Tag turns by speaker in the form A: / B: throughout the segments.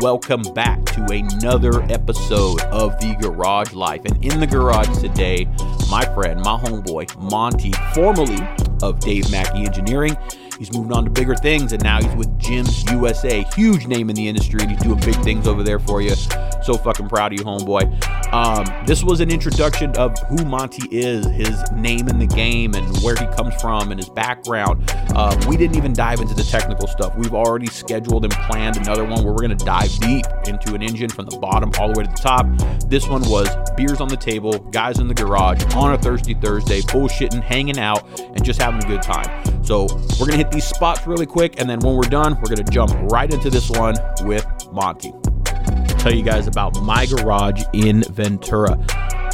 A: welcome back to another episode of The Garage Life. And in the garage today, my friend, my homeboy, Monty, formerly of Dave Mackey Engineering. He's moved on to bigger things, and now he's with Jim's USA, huge name in the industry, and he's doing big things over there for you. So fucking proud of you, homeboy. Um, this was an introduction of who Monty is, his name in the game, and where he comes from, and his background. Uh, we didn't even dive into the technical stuff. We've already scheduled and planned another one where we're going to dive deep into an engine from the bottom all the way to the top. This one was beers on the table, guys in the garage on a Thursday, Thursday, bullshitting, hanging out, and just having a good time. So we're going to hit these spots really quick, and then when we're done, we're going to jump right into this one with Monty tell you guys about my garage in Ventura.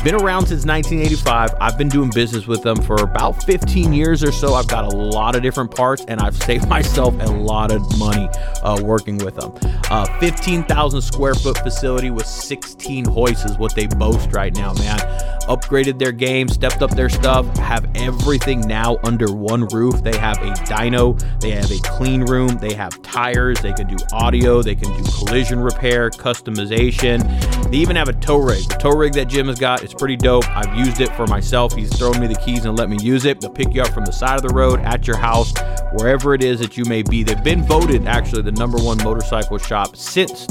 A: Been around since 1985. I've been doing business with them for about 15 years or so. I've got a lot of different parts and I've saved myself a lot of money uh, working with them. Uh, 15,000 square foot facility with 16 hoists is what they boast right now, man. Upgraded their game, stepped up their stuff, have everything now under one roof. They have a dyno, they have a clean room, they have tires, they can do audio, they can do collision repair, customization. They even have a tow rig. The tow rig that Jim has got is pretty dope. I've used it for myself. He's thrown me the keys and let me use it. They'll pick you up from the side of the road, at your house, wherever it is that you may be. They've been voted actually the number one motorcycle shop since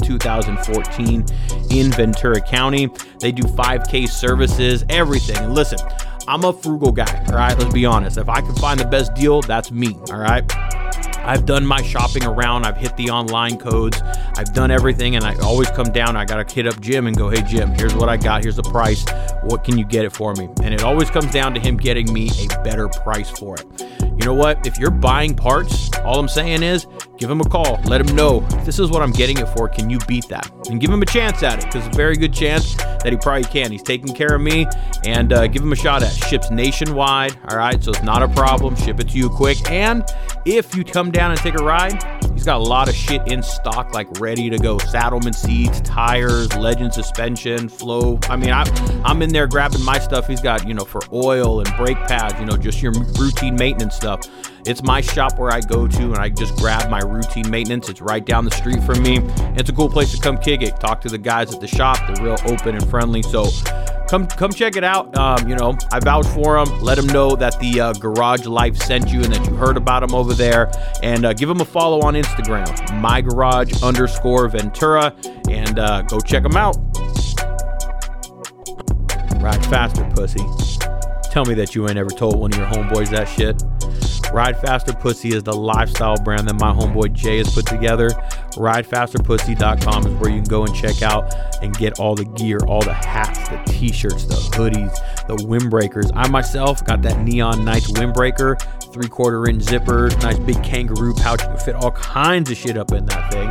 A: 2014 in Ventura County. They do 5K services, everything. And listen, I'm a frugal guy, all right? Let's be honest. If I can find the best deal, that's me, all right? I've done my shopping around. I've hit the online codes. I've done everything, and I always come down. I gotta hit up Jim and go, "Hey Jim, here's what I got. Here's the price. What can you get it for me?" And it always comes down to him getting me a better price for it. You know what? If you're buying parts, all I'm saying is give him a call. Let him know this is what I'm getting it for. Can you beat that? And give him a chance at it because a very good chance that he probably can. He's taking care of me, and uh, give him a shot at. it. Ships nationwide. All right, so it's not a problem. Ship it to you quick. And if you come down and take a ride, he's got a lot of shit in stock, like ready to go. Saddleman seats, tires, legend suspension, flow. I mean, I, I'm in there grabbing my stuff. He's got, you know, for oil and brake pads, you know, just your routine maintenance stuff. It's my shop where I go to and I just grab my routine maintenance. It's right down the street from me. It's a cool place to come kick it, talk to the guys at the shop. They're real open and friendly. So, come come check it out. Um, you know, I vouch for them. Let them know that the uh, Garage Life sent you and that you heard about them over there. And uh, give them a follow on Instagram, my garage underscore Ventura, and uh, go check them out. Ride faster, pussy. Tell me that you ain't ever told one of your homeboys that shit. Ride Faster Pussy is the lifestyle brand that my homeboy Jay has put together. RideFasterPussy.com is where you can go and check out and get all the gear, all the hats, the t shirts, the hoodies, the windbreakers. I myself got that Neon Nights windbreaker, three quarter inch zipper, nice big kangaroo pouch. You can fit all kinds of shit up in that thing.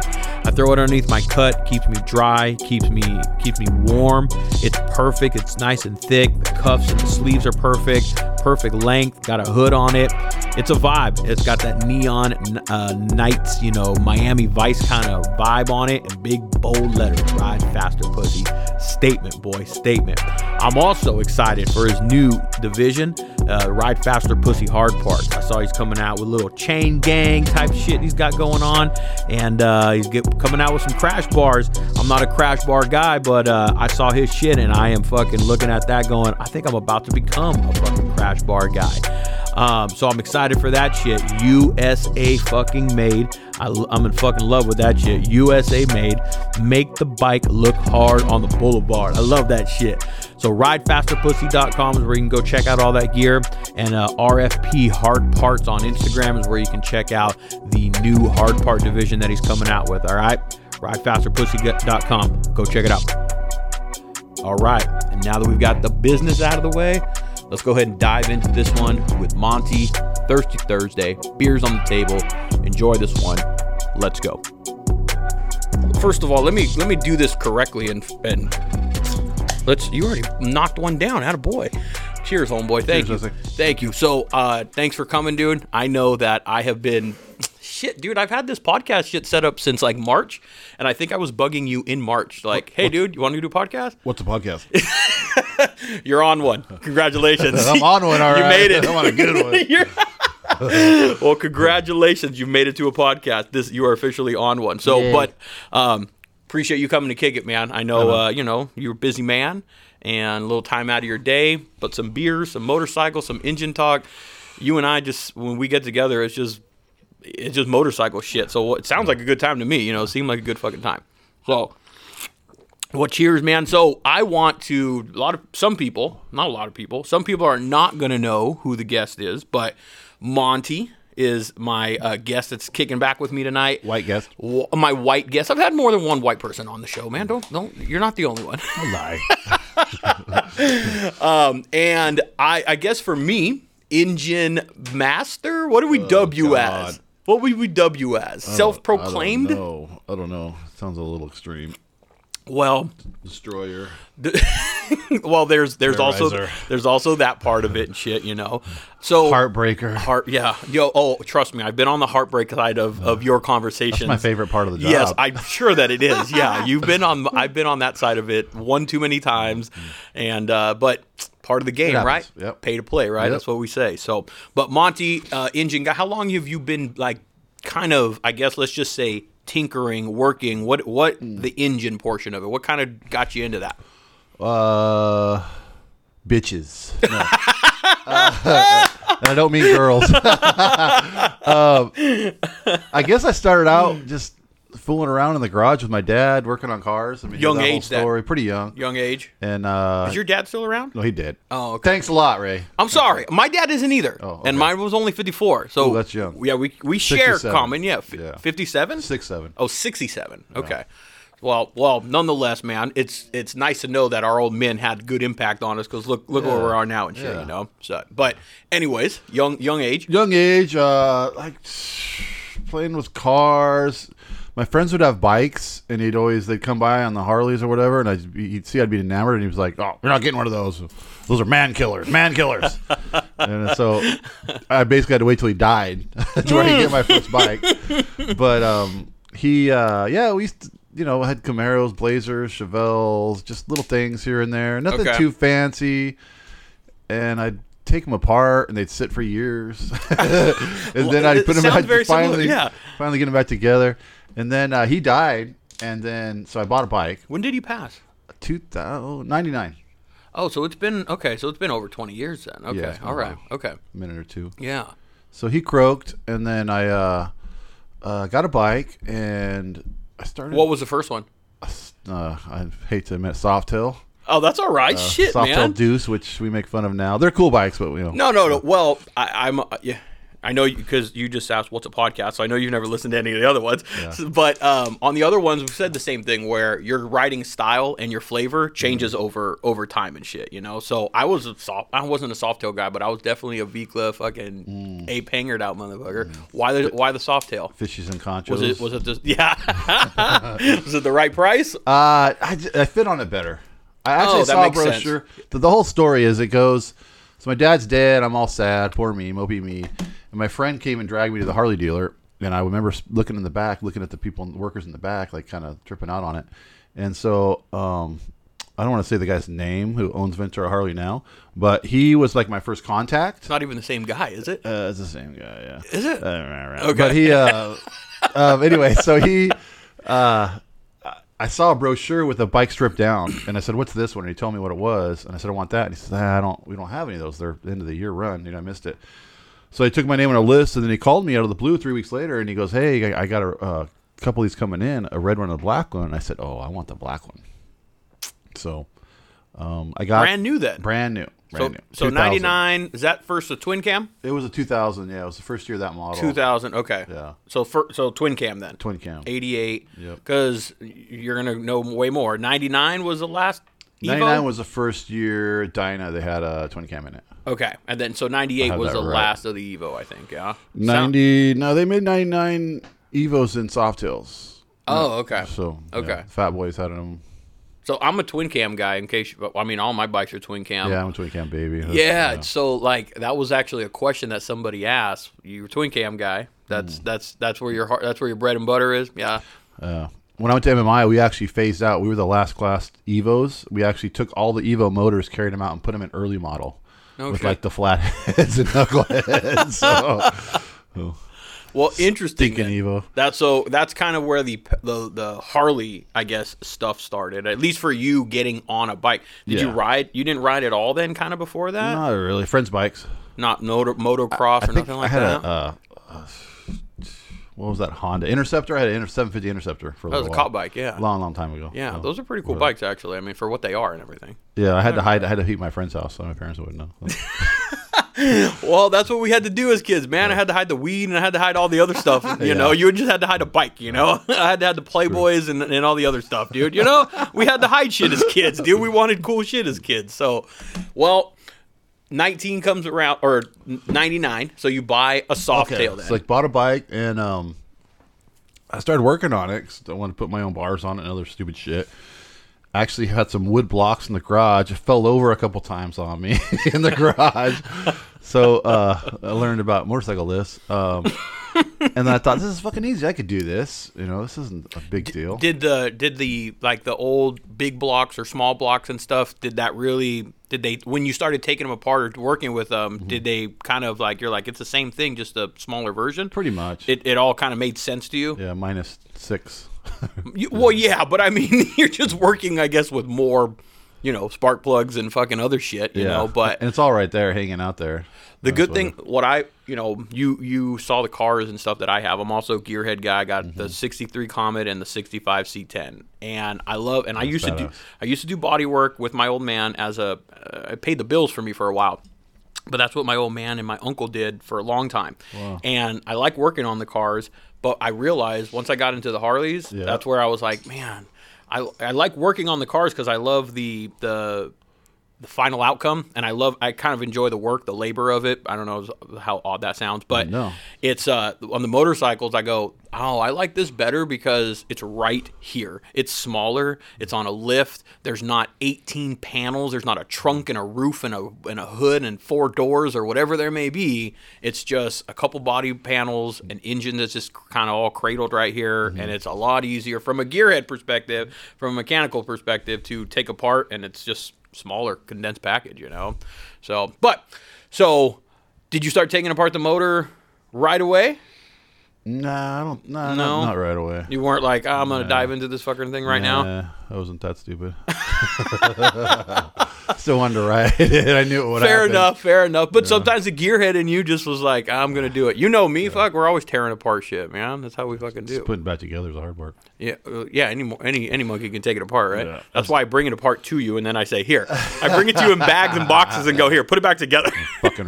A: I throw it underneath my cut, keeps me dry, keeps me keeps me warm. It's perfect, it's nice and thick. The cuffs and the sleeves are perfect, perfect length, got a hood on it. It's a vibe. It's got that neon uh, nights, you know, Miami Vice kind of vibe on it, and big bold letters. Ride faster, pussy. Statement, boy, statement. I'm also excited for his new division, uh, Ride Faster Pussy Hard Parts. I saw he's coming out with little chain gang type shit he's got going on, and uh, he's get, coming out with some crash bars. I'm not a crash bar guy, but uh, I saw his shit, and I am fucking looking at that, going, I think I'm about to become a fucking crash bar guy. Um, so I'm excited for that shit. USA fucking made. I, am in fucking love with that shit. USA made. Make the bike look hard on the boulevard. I love that shit. So ridefasterpussy.com is where you can go check out all that gear. And uh, RFP Hard Parts on Instagram is where you can check out the new hard part division that he's coming out with. All right. Ridefasterpussy.com. Go check it out. All right. And now that we've got the business out of the way, let's go ahead and dive into this one with Monty. Thirsty Thursday, beers on the table. Enjoy this one. Let's go. First of all, let me let me do this correctly and and let's you already knocked one down. Out of boy. Cheers, homeboy. Thank
B: Cheers,
A: you.
B: Isaac.
A: Thank you. So, uh, thanks for coming, dude. I know that I have been shit, dude. I've had this podcast shit set up since like March, and I think I was bugging you in March. Like, hey, dude, you want to do a podcast?
B: What's a podcast?
A: You're on one. Congratulations.
B: I'm on one. All right,
A: you made it.
B: I'm on a good one.
A: You're- well, congratulations! You made it to a podcast. This you are officially on one. So,
C: Yay.
A: but um, appreciate you coming to kick it, man. I know,
B: Uh-huh.
A: uh, you know, you're a busy man and a little time out of your day, but some beers, some motorcycles, some engine talk. You and I just when we get together, it's just it's just motorcycle shit. So it sounds like a good time to me. You know, it seemed like a good fucking time. So, well, cheers, man. So I want to a lot of some people, not a lot of people, some people are not gonna know who the guest is, but Monty is my uh, guest that's kicking back with me tonight.
B: White guest.
A: Wh- my white guest. I've had more than one white person on the show, man. Don't don't. You're not the only one.
B: Lie.
A: and I, I guess for me, engine master. What do we dub you
B: Oh, God.
A: as? What would we dub you as?
B: I
A: Self-proclaimed.
B: don't know. I don't know. Sounds a little extreme.
A: Well,
B: Destroyer.
A: well, there's there's also
B: Terrorizer.
A: there's also that part of it and shit, you know. So
B: Heartbreaker.
A: heart, yeah, yo, oh, trust me, I've been on the heartbreak side of of your conversations.
B: my favorite part of the job.
A: Yes, I'm sure that it is. Yeah, you've been on. I've been on that side of it one too many times, and uh, but part of the game,
B: Mm-hmm. happens.
A: right?
B: Yep.
A: Pay to play, right?
B: Yep.
A: That's what we say. So, but Monty, uh, engine guy, how long have you been like, kind of? I guess let's just say tinkering, working. What what
B: Mm.
A: the engine portion of it? What kind of got you into that?
B: Uh, bitches. No. Uh, and I don't mean girls. um, I guess I started out just fooling around in the garage with my dad, working on cars. I mean,
A: Young
B: that whole
A: age, that-
B: story, pretty young.
A: Young age.
B: And uh,
A: Is your dad still around?
B: no, he did.
A: Oh, okay.
B: Thanks a lot, Ray.
A: I'm sorry, my dad isn't either,
B: Oh,
A: and
B: okay.
A: mine was only 54. So
B: Ooh, that's young.
A: Yeah, we we share
B: 67.
A: common. Yeah,
B: Yeah.
A: 57.
B: Six seven.
A: Oh, 67. Okay. Well, well, nonetheless, man, it's it's nice to know that our old men had good impact on us because look look where we are now and shit,
B: Yeah.
A: you know. So, but anyways, young young age.
B: young age, uh, like playing with cars. My friends would have bikes, and he'd always they'd come by on the Harleys or whatever, and I'd be, he'd see I'd be enamored, and he was like, "Oh, you're not getting one of those. Those are man killers, man killers." and so I basically had to wait till he died to where I could get my first bike. But um, he, uh, yeah, we used to, you know had Camaros, Blazers, Chevelles, just little things here and there, nothing
A: Okay.
B: too fancy and I'd take them apart, and they'd sit for years, and then I'd
A: it
B: put them
A: sounds
B: back.
A: very similar,
B: finally,
A: yeah.
B: finally get them back together, and then uh, he died, and then so I bought a bike,
A: When did he pass?
B: 2099
A: Oh, so it's been okay. So it's been over 20 years then. Okay.
B: Yeah, it's been
A: All right.
B: over.
A: Okay.
B: a minute or two.
A: Yeah.
B: So he croaked, and then I uh, uh, got a bike, and I started.
A: What was the first one?
B: uh, I hate to admit, Softail,
A: Oh, that's all
B: Uh,
A: right. shit,
B: Softail
A: man.
B: Deuce, which we make fun of now. They're cool bikes, but you know,
A: No, no, no. Well, I, I'm uh, yeah. I know because you, just asked what's a podcast, so I know you've never listened to any of the other ones. So- but um, on the other ones, we've said the same thing where your writing style and your flavor
B: Mm-hmm.
A: changes over over time and shit. You know, so I was a soft, I wasn't a soft tail guy, but I was definitely a Vikla fucking
B: Mm.
A: ape hangered out motherfucker. Why the why the soft tail?
B: fishies and conchos.
A: Was it was it just yeah? was it the right price?
B: Uh, I, j- I fit on it better. I actually
A: Oh, that
B: saw a
A: makes sense.
B: brochure. The, the whole story is it goes. So my dad's dead. I'm all sad. Poor me. Mopey me. And my friend came and dragged me to the Harley dealer. And I remember s- looking in the back, looking at the people, and workers in the back, like kind of tripping out on it. And so um, I don't want to say the guy's name who owns Ventura Harley now, but he was like my first contact.
A: It's not even the same guy, is it?
B: Uh, it's the same guy, yeah.
A: Is it?
B: Okay. But he, uh, um, anyway, so he, uh, I saw a brochure with a bike stripped down, and I said, "What's this one?" And he told me what it was, and I said, "I want that." And he said, ah, "I don't, we don't have any of those. They're end of the year run. You know, I missed it." So I took my name on a list, and then he called me out of the blue three weeks later, and he goes, "Hey, I, I got a uh, couple of these coming in, a red one and a black one." And I said, "Oh, I want the black one." So, um, I got
A: Brand new then.
B: brand new,
A: so
B: brand
A: so
B: new, 2000.
A: ninety nine is that first the twin cam?
B: It was a two thousand, yeah. It was the first year of that model.
A: 2000 okay
B: Yeah.
A: so for, so twin cam then
B: Twin cam.
A: 88
B: Yep.
A: because you're gonna know way more 99 was the last Evo?
B: 99 was the first year Dyna they had a twin cam in it.
A: okay and then so 98
B: have
A: was
B: that
A: the
B: right.
A: last of the evo i think yeah So-
B: 90 no, they made 99 Evos in Softails.
A: oh okay
B: So yeah,
A: Okay.
B: Fat Boys had them.
A: so i'm a twin cam guy in case you, i mean all my bikes are twin cam
B: Yeah, I'm a twin cam baby. That's-
A: Yeah, so like that was actually a question that somebody asked. You're a twin cam guy. That's
B: Hmm.
A: that's that's where your heart, that's where your bread and butter is. Yeah.
B: Uh, when I went to MMI, we actually phased out. We were the last class Evos. We actually took all the Evo motors, carried them out, and put them in early model
A: No
B: with
A: shit.
B: like the flatheads and knuckleheads. so,
A: Well, interesting.
B: Thinking
A: then.
B: Evo.
A: That's so. That's kind of where the the the Harley, I guess, stuff started. At least for you getting on a bike. Did you
B: Yeah.
A: ride? You didn't ride at all then, kind of before that.
B: Not really. Friends' bikes.
A: Not motor, motocross or nothing like
B: I had
A: that.
B: a, uh, uh, what was that Honda Interceptor? I had an inter- 750 Interceptor for a Oh,
A: that was a
B: little
A: cop
B: while.
A: bike. Yeah.
B: Long, long time ago.
A: yeah,
B: So,
A: those are pretty cool bikes, actually. I mean, for what they are and everything.
B: yeah. I had to hide. I had to heat my friend's house, so my parents wouldn't know.
A: Well, that's what we had to do as kids, man. I had to hide the weed and I had to hide all the other stuff. You know, you just had to hide a bike, you know? I had to hide the Playboys and, and all the other stuff, dude. You know, we had to hide shit as kids, dude. We wanted cool shit as kids. So, well, 19 comes around, or 99. So you buy a soft tail then.
B: So like bought a bike and um, I started working on it 'cause I wanted to put my own bars on it and other stupid shit. I actually had some wood blocks in the garage. It fell over a couple times on me in the garage. so uh, I learned about motorcycle lifts. Um, and then I thought this is fucking easy. I could do this. You know, this isn't a big deal.
A: did the did the like the old big blocks or small blocks and stuff did that really did they when you started taking them apart or working with them
B: Mm-hmm.
A: did they kind of like you're like it's the same thing just a smaller version
B: Pretty much.
A: it, it all kind of made sense to you?
B: yeah, minus six.
A: You- Well, yeah, but I mean, you're just working, I guess, with more, you know, spark plugs and fucking other shit, you
B: yeah,
A: know. But
B: and it's all right there, hanging out there.
A: the
B: That's
A: good
B: what
A: thing, what I, you know, you you saw the cars and stuff that I have. I'm also a gearhead guy. I got
B: Mm-hmm.
A: the '63 Comet and the '65 C10, and I love. And I used to do,
B: badass.
A: I used to do body work with my old man as a, uh, it paid the bills for me for a while. But that's what my old man and my uncle did for a long time. And I like working on the cars, but I realized once I got into the Harleys,
B: Yeah.
A: that's where I was like, man, I, I like working on the cars because I love the the the final outcome, and I love I kind of enjoy the work, the labor of it. I don't know how odd that sounds, but
B: No.
A: it's uh, on the motorcycles. I go, oh, I like this better because it's right here. It's smaller. It's on a lift. There's not 18 panels. There's not a trunk and a roof and a and a hood and four doors or whatever there may be. It's just a couple body panels, an engine that's just kind of all cradled right here, and it's a lot easier from a gearhead perspective, from a mechanical perspective, to take apart, and it's just smaller condensed package, you know. So, but so. Did you start taking apart the motor right away?
B: Nah, I don't. Nah,
A: No?
B: not, not right away.
A: You weren't like, "Ah, I'm gonna dive into this fucking thing right now.
B: Nah, I wasn't that stupid. Still wanted to ride it. I knew it would
A: Fair
B: happen.
A: enough, fair enough. But sometimes the gearhead in you just was like, I'm gonna do it. You know me, fuck. We're always tearing apart shit, man. That's how we fucking do.
B: Just putting it back together is a hard work.
A: yeah, uh, yeah. Any mo- any any monkey can take it apart, right?
B: Yeah.
A: That's why I bring it apart to you, and then I say, here. I bring it to you in bags and boxes, and go here. Put it back together.
B: Fucking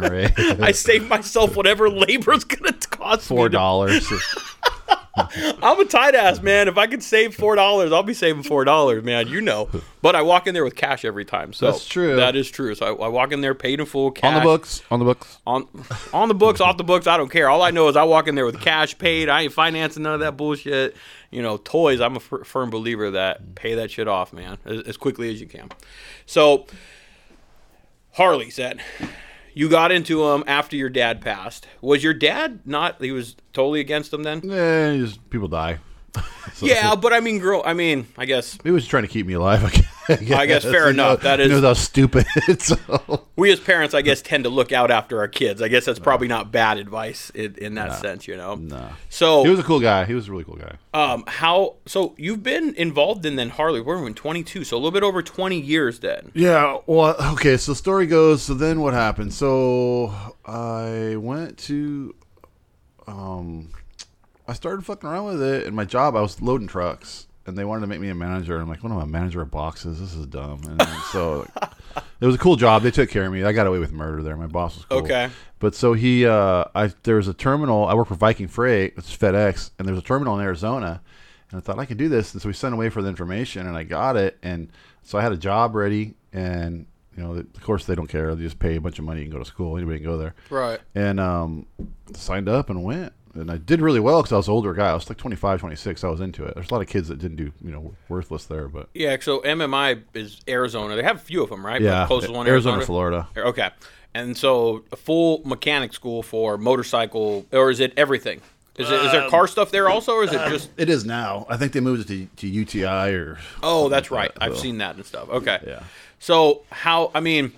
B: Ray.
A: I save myself whatever labor's gonna cost me.
B: Four
A: to-
B: dollars.
A: I'm a tight ass man. If I could save four dollars, I'll be saving four dollars, man. You know. But I walk in there with cash every time. So
B: That's true.
A: That is true. So I, I walk in there paid in full, cash
B: on the books. On the books.
A: on on the books, off the books, I don't care. All I know is I walk in there with cash paid. I ain't financing none of that bullshit. You know, toys. I'm a f- firm believer that pay that shit off, man, as, as quickly as you can. So, Harley said, you got into them after your dad passed. Was your dad not? He was totally against them then.
B: Yeah, Eh, just, people die. So-
A: Yeah, but I mean, girl. I mean, I guess
B: He was trying to keep me alive. I guess,
A: I guess fair
B: He
A: enough.
B: knows-
A: That
B: he
A: is- Oh.
B: knows how stupid. so.
A: we as parents, I guess, tend to look out after our kids. I guess that's probably not bad advice in, in that sense, you know.
B: Nah.
A: So
B: He was a cool guy. He was a really cool guy.
A: Um, how so? You've been involved in then Harley. We're in 22, so a little bit over 20 years then.
B: Yeah. Well, okay. So the story goes. So then what happened? So I went to, um, I started fucking around with it. And my job, I was loading trucks, and they wanted to make me a manager. I'm like, what am I, a manager of boxes? This is dumb. And then- so it was a cool job. They took care of me. I got away with murder there. My boss was cool.
A: Okay.
B: But so he, uh, I there was a terminal. I worked for Viking Freight, which is FedEx, and there was a terminal in Arizona, and I thought I could do this. And so we sent away for the information, and I got it, and so I had a job ready, and you know, of course they don't care. They just pay a bunch of money and go to school. Anybody can go there.
A: Right.
B: And um, signed up and went. And I did really well because I was an older guy. I was like 25, 26. I was into it. There's a lot of kids that didn't do, you know, worthless there. But
A: Yeah. So MMI is Arizona. They have a few of them, right?
B: yeah,
A: Like closest one,
B: Arizona,
A: Arizona,
B: Florida.
A: Okay. And so a full mechanic school for motorcycle, or is it everything? Is, it, is there car stuff there also, or is it just?
B: It is now. I think they moved it to, to UTI or.
A: Oh, that's right.
B: that,
A: I've
B: so-
A: seen that and stuff. Okay.
B: Yeah.
A: So how? I mean,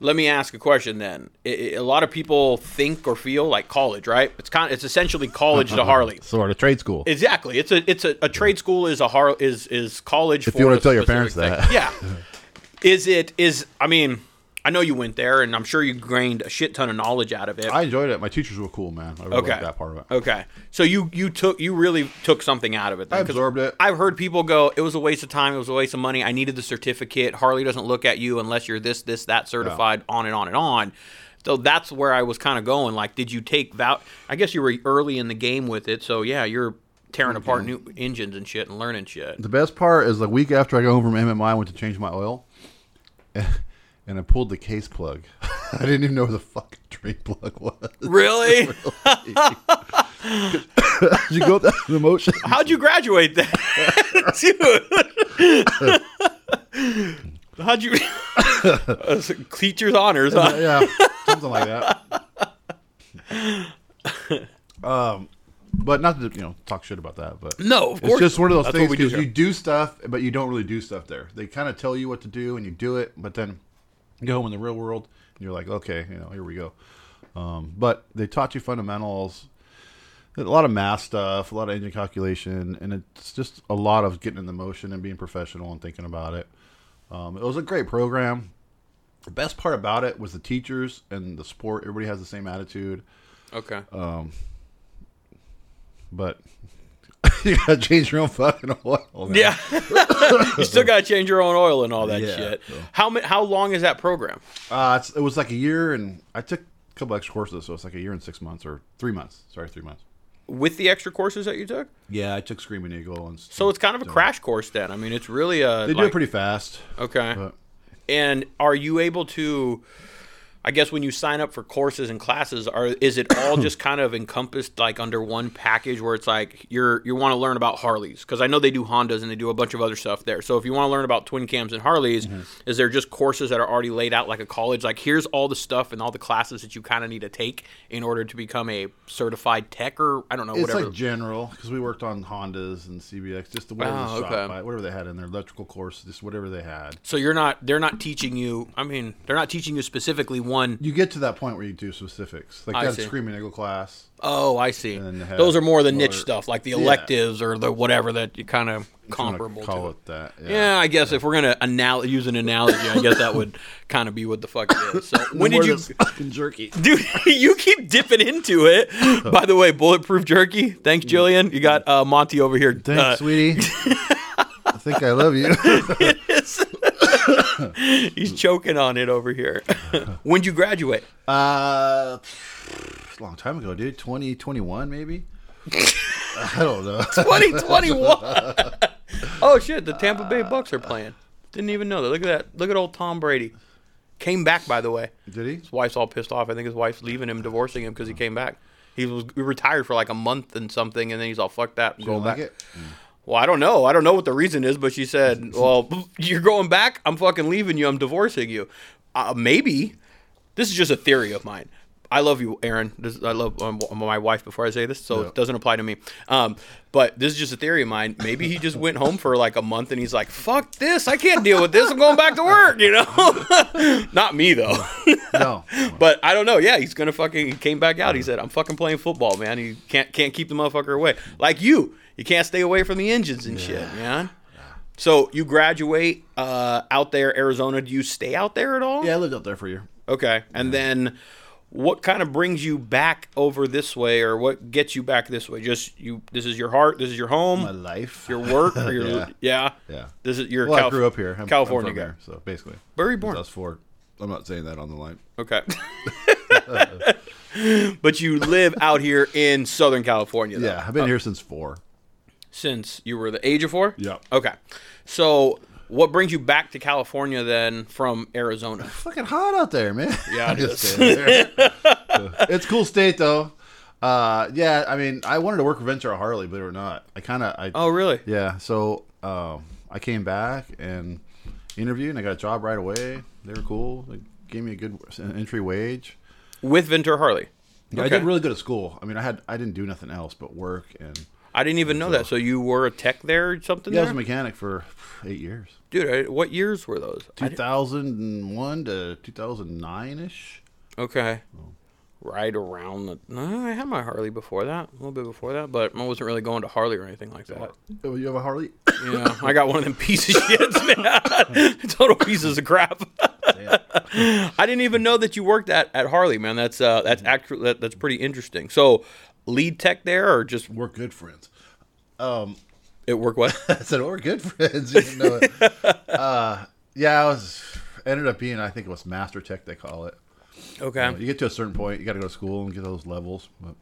A: Let me ask a question then. I- I- A lot of people think or feel like college, right? It's kind. It's essentially college
B: Uh-huh.
A: to Harley.
B: Sort of trade school.
A: Exactly. It's a it's a, a trade school is a har is is college. If
B: you wanna tell your parents that.
A: yeah. Is it is? I mean, I know you went there, and I'm sure you gained a shit ton of knowledge out of it.
B: I enjoyed it. My teachers were cool, man. I really
A: okay.
B: liked that part of it.
A: Okay. So you you took you really took something out of it. Then,
B: I
A: 'cause
B: absorbed it.
A: I've heard people go, it was a waste of time. It was a waste of money. I needed the certificate. Harley doesn't look at you unless you're this, this, that certified, on and on and on. So that's where I was kind of going. Like, did you take that? I guess you were early in the game with it. So yeah, you're
B: Mm-hmm.
A: tearing apart new engines and shit and learning shit.
B: The best part is the week after I got home from MMI, I went to change my oil, and I pulled the case plug. I didn't even know where the fucking drain plug was.
A: Really?
B: you go down the motion.
A: How'd you graduate then, dude? How'd you? teacher's honors. Huh?
B: yeah, something like that. Um, but not to you know talk shit about that, but
A: No, of
B: it's
A: course.
B: just one of those
A: That's what
B: things
A: we do
B: because
A: here.
B: you do stuff, but you don't really do stuff there. They kind of tell you what to do, and you do it, but then you go home in the real world, and you're like, okay, you know, here we go. Um, but they taught you fundamentals, a lot of math stuff, a lot of engine calculation, and it's just a lot of getting in the motion and being professional and thinking about it. Um, it was a great program. The best part about it was the teachers and the sport. Everybody has the same attitude, Uh,
A: okay.
B: but you gotta change your own fucking oil. man.
A: yeah, you still got to change your own oil and all that
B: Yeah,
A: shit.
B: so.
A: How ma- how long is that program?
B: Uh, it's, it was like a year, and I took a couple extra courses, so it's like a year and six months or three months. Sorry, three months.
A: With the extra courses that you took,
B: Yeah, I took Screaming Eagle, and
A: so it's kind of a crash course. Then I mean, it's really a
B: they do
A: like-
B: it pretty fast.
A: okay.
B: But
A: and are you able to? I guess when you sign up for courses and classes, are is it all just kind of encompassed like under one package where it's like you're you want to learn about Harleys because I know they do Hondas and they do a bunch of other stuff there. So if you want to learn about twin cams and Harleys,
B: Mm-hmm.
A: is there just courses that are already laid out like a college? Like here's all the stuff and all the classes that you kind of need to take in order to become a certified tech or I don't know
B: it's
A: whatever.
B: like general because we worked on Hondas and CBX, just the whatever,
A: Oh,
B: the shop,
A: okay.
B: by- whatever they had in their electrical course, just whatever they had.
A: so you're not they're not teaching you. I mean they're not teaching you specifically one
B: You get to that point where you do specifics, like
A: I
B: that
A: see.
B: Screaming Eagle class.
A: Oh, I see.
B: then they have
A: Those are more the niche
B: other-
A: stuff, like the electives or the whatever that you kind of
B: I'm gonna
A: comparable
B: call
A: to.
B: it that.
A: Yeah, I guess if we're gonna anal- use an analogy, I guess that would kind of be what the fuck it is. So when did
B: More
A: you,
B: than fucking jerky?
A: dude? You keep dipping into it. By the way, bulletproof jerky. Thanks, Jillian. You got uh, Monty over here.
B: Mm. Thanks,
A: uh,
B: sweetie. I think I love you.
A: he's choking on it over here. When'd you graduate?
B: Uh, a long time ago, dude. Twenty twenty one, maybe. I don't know.
A: 2021. oh shit, the Tampa Bay Bucks are playing. Didn't even know that. Look at that. Look at old Tom Brady. Came back, by the way.
B: Did he?
A: His wife's all pissed off. I think his wife's leaving him, divorcing him because he came back. He was he retired for like a month and something, and then he's all fuck that. Go
B: Don't
A: back.
B: like it.
A: Well, I don't know. I don't know what the reason is, but she said, "Well, you're going back. I'm fucking leaving you. I'm divorcing you." Uh, maybe this is just a theory of mine. I love you, Aaron. This, I love um, my wife. Before I say this, so
B: Yeah.
A: it doesn't apply to me. Um, but this is just a theory of mine. Maybe he just went home for like a month and he's like, "Fuck this! I can't deal with this. I'm going back to work." You know, not me though.
B: No.
A: But I don't know. Yeah, he's gonna fucking. He came back out. He said, "I'm fucking playing football, man. You can't can't keep the motherfucker away. Like you, you can't stay away from the engines and shit, man." So you graduate uh, out there, Arizona. Do you stay out there at all?
B: yeah, I lived out there for a year.
A: Okay. And then, what kind of brings you back over this way, or what gets you back this way? Just you. This is your heart. This is your home.
B: My life.
A: Your work. Or your, yeah.
B: Yeah.
A: yeah.
B: Yeah.
A: This is your.
B: well, I
A: Calif-
B: grew up here. I'm- I'm
A: California
B: from
A: guy.
B: here, so basically,
A: Where were you born?
B: That's for. I'm not saying that on the line.
A: Okay. but you live out here in Southern California, though,
B: Yeah, I've been here since four.
A: since you were the age of four?
B: Yeah.
A: Okay. So, what brings you back to California then from Arizona?
B: Fucking hot out there, man.
A: Yeah, it
B: I'm just kidding. it's a cool state though. Uh, yeah, I mean, I wanted to work for Ventura Harley, believe it or not. I kind of, I
A: Oh, really?
B: Yeah, so um, I came back and interviewed, and I got a job right away. They were cool. They gave me a good entry wage.
A: With Ventura Harley.
B: Yeah, I did really good at school. I mean, I had I didn't do nothing else but work and
A: I didn't even know that. So you were a tech there or something?
B: Yeah, I was
A: there?
B: a mechanic for eight years.
A: Dude, I, what years were those? I didn't-
B: 2001 to 2009 ish.
A: Okay. Right around the. No, I had my Harley before that, a little bit before that, but I wasn't really going to Harley or anything like that.
B: Oh, you have a Harley?
A: Yeah, I got one of them piece of shits, man. Total pieces of crap. I didn't even know that you worked at, at Harley, man. That's uh, that's actually that, that's pretty interesting. So, lead tech there, or just
B: We're good friends.
A: it work what?
B: I said we're good friends. You didn't know it. uh, yeah, I was ended up being I think it was Master Tech they call it.
A: okay,
B: You get to a certain point, you got to go to school and get those levels. But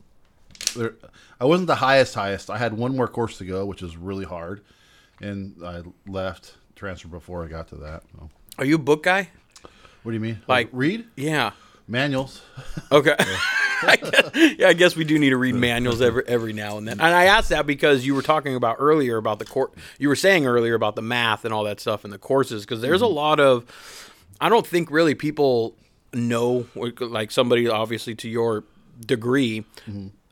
B: there, I wasn't the highest, highest. I had one more course to go, which is really hard, and I left transfer before I got to that. So.
A: are you a book guy?
B: What do you mean?
A: Like-
B: read
A: Yeah.
B: manuals?
A: Okay. I guess, yeah, I guess we do need to read manuals every every now and then. And I asked that because you were talking about earlier about the court. You were saying earlier about the math and all that stuff in the courses because there's a lot of. I don't think really people know like somebody obviously to your degree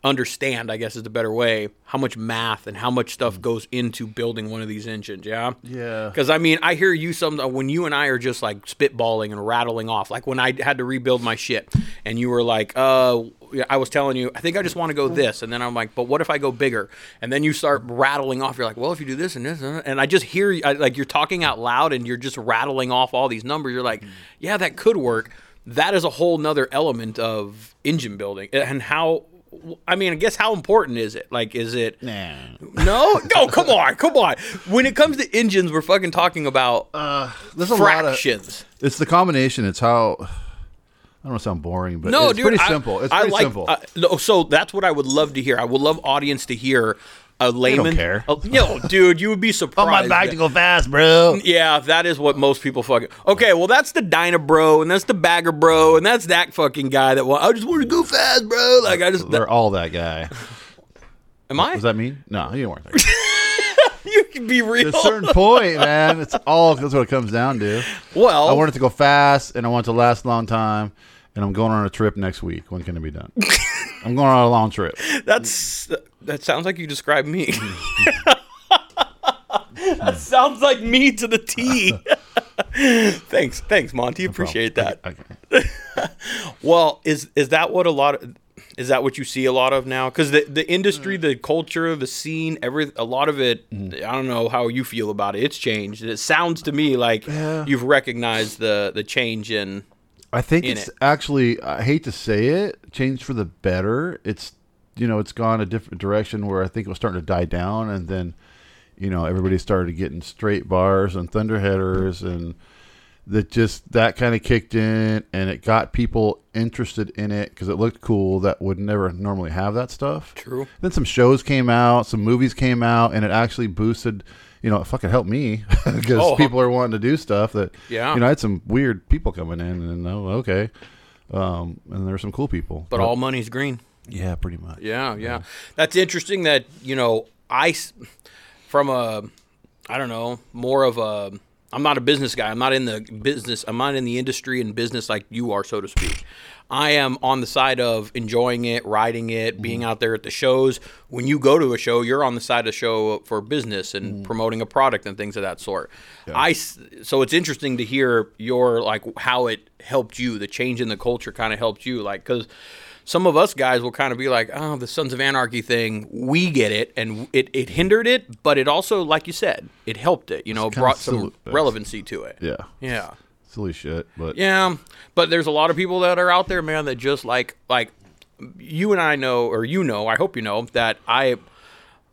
A: understand. I guess is the better way how much math and how much stuff goes into building one of these engines. Yeah.
B: Yeah.
A: Because I mean, I hear you some uh, when you and I are just like spitballing and rattling off. Like when I had to rebuild my shit, and you were like, "Uh, yeah, I was telling you, I think I just want to go this," and then I'm like, "But what if I go bigger?" And then you start rattling off. You're like, "Well, if you do this and this," and, and I just hear you- I, like you're talking out loud and you're just rattling off all these numbers. You're like, "Yeah, that could work." That is a whole nother element of engine building and how. I mean, I guess how important is it? Like, is it?
B: Nah.
A: No, no, come on, come on. When it comes to engines, we're fucking talking about
B: There's a lot of
A: fractions.
B: It's the combination. It's how I don't want to sound boring, but
A: no,
B: it's
A: dude,
B: pretty
A: I-
B: simple. It's
A: I
B: pretty
A: like- uh,
B: simple.
A: I- no, so that's what I would love to hear. I would love audience to hear a layman.
B: care. Oh,
A: a- no, dude, you would be surprised.
B: go fast, bro.
A: yeah, that is what most people fucking. Okay, well, that's the Dyna bro, and that's the Bagger bro, and that's that fucking guy that. Well, I just want to go fast, bro. Like I just.
B: They're all that guy.
A: am I?
B: Does that mean? No, you weren't. There.
A: you can be real.
B: At a certain point, man, it's all that's what it comes down to.
A: well,
B: I want it to go fast, and I want it to last a long time. And I'm going on a trip next week. When can it be done? I'm going on a long trip.
A: That's that sounds like you describe me. that sounds like me to the T. thanks, thanks, Monty. Appreciate that.
B: Okay.
A: Well, is is that what a lot of is that what you see a lot of now? Because the the industry, the culture, the scene, every a lot of it. I don't know how you feel about it. It's changed. It sounds to me like you've recognized the the change in.
B: I think
A: in
B: it's
A: it.
B: actually I hate to say it, changed for the better. It's you know, it's gone a different direction where I think it was starting to die down and then you know, everybody started getting straight bars and thunderheaders and that just that kind of kicked in and it got people interested in it because it looked cool that would never normally have that stuff.
A: True.
B: Then some shows came out, some movies came out, and it actually boosted. You know, it fucking helped me because
A: Oh.
B: people are wanting to do stuff that.
A: Yeah.
B: You know, I had some weird people coming in, and oh, okay. Um, and there were some cool people.
A: But all money's green.
B: yeah, pretty much.
A: Yeah, yeah. That's interesting that, you know, I s- from a I don't know, more of a I'm not a business guy. I'm not in the business. I'm not in the industry and business like you are, so to speak. I am on the side of enjoying it, riding it, being out there at the shows. When you go to a show, you're on the side of the show for business and promoting a product and things of that sort. I s so it's interesting to hear your like how it helped you, the change in the culture kind of helped you like cuz some of us guys will kind of be like, oh, the Sons of Anarchy thing, we get it. And it, it hindered it, but it also, like you said, it helped it, you know,
B: kinda
A: brought some
B: silly-
A: relevancy to it.
B: Yeah.
A: Yeah.
B: Silly shit, but
A: Yeah. But there's a lot of people that are out there, man, that just like, like you and I know, or you know, I hope you know that I,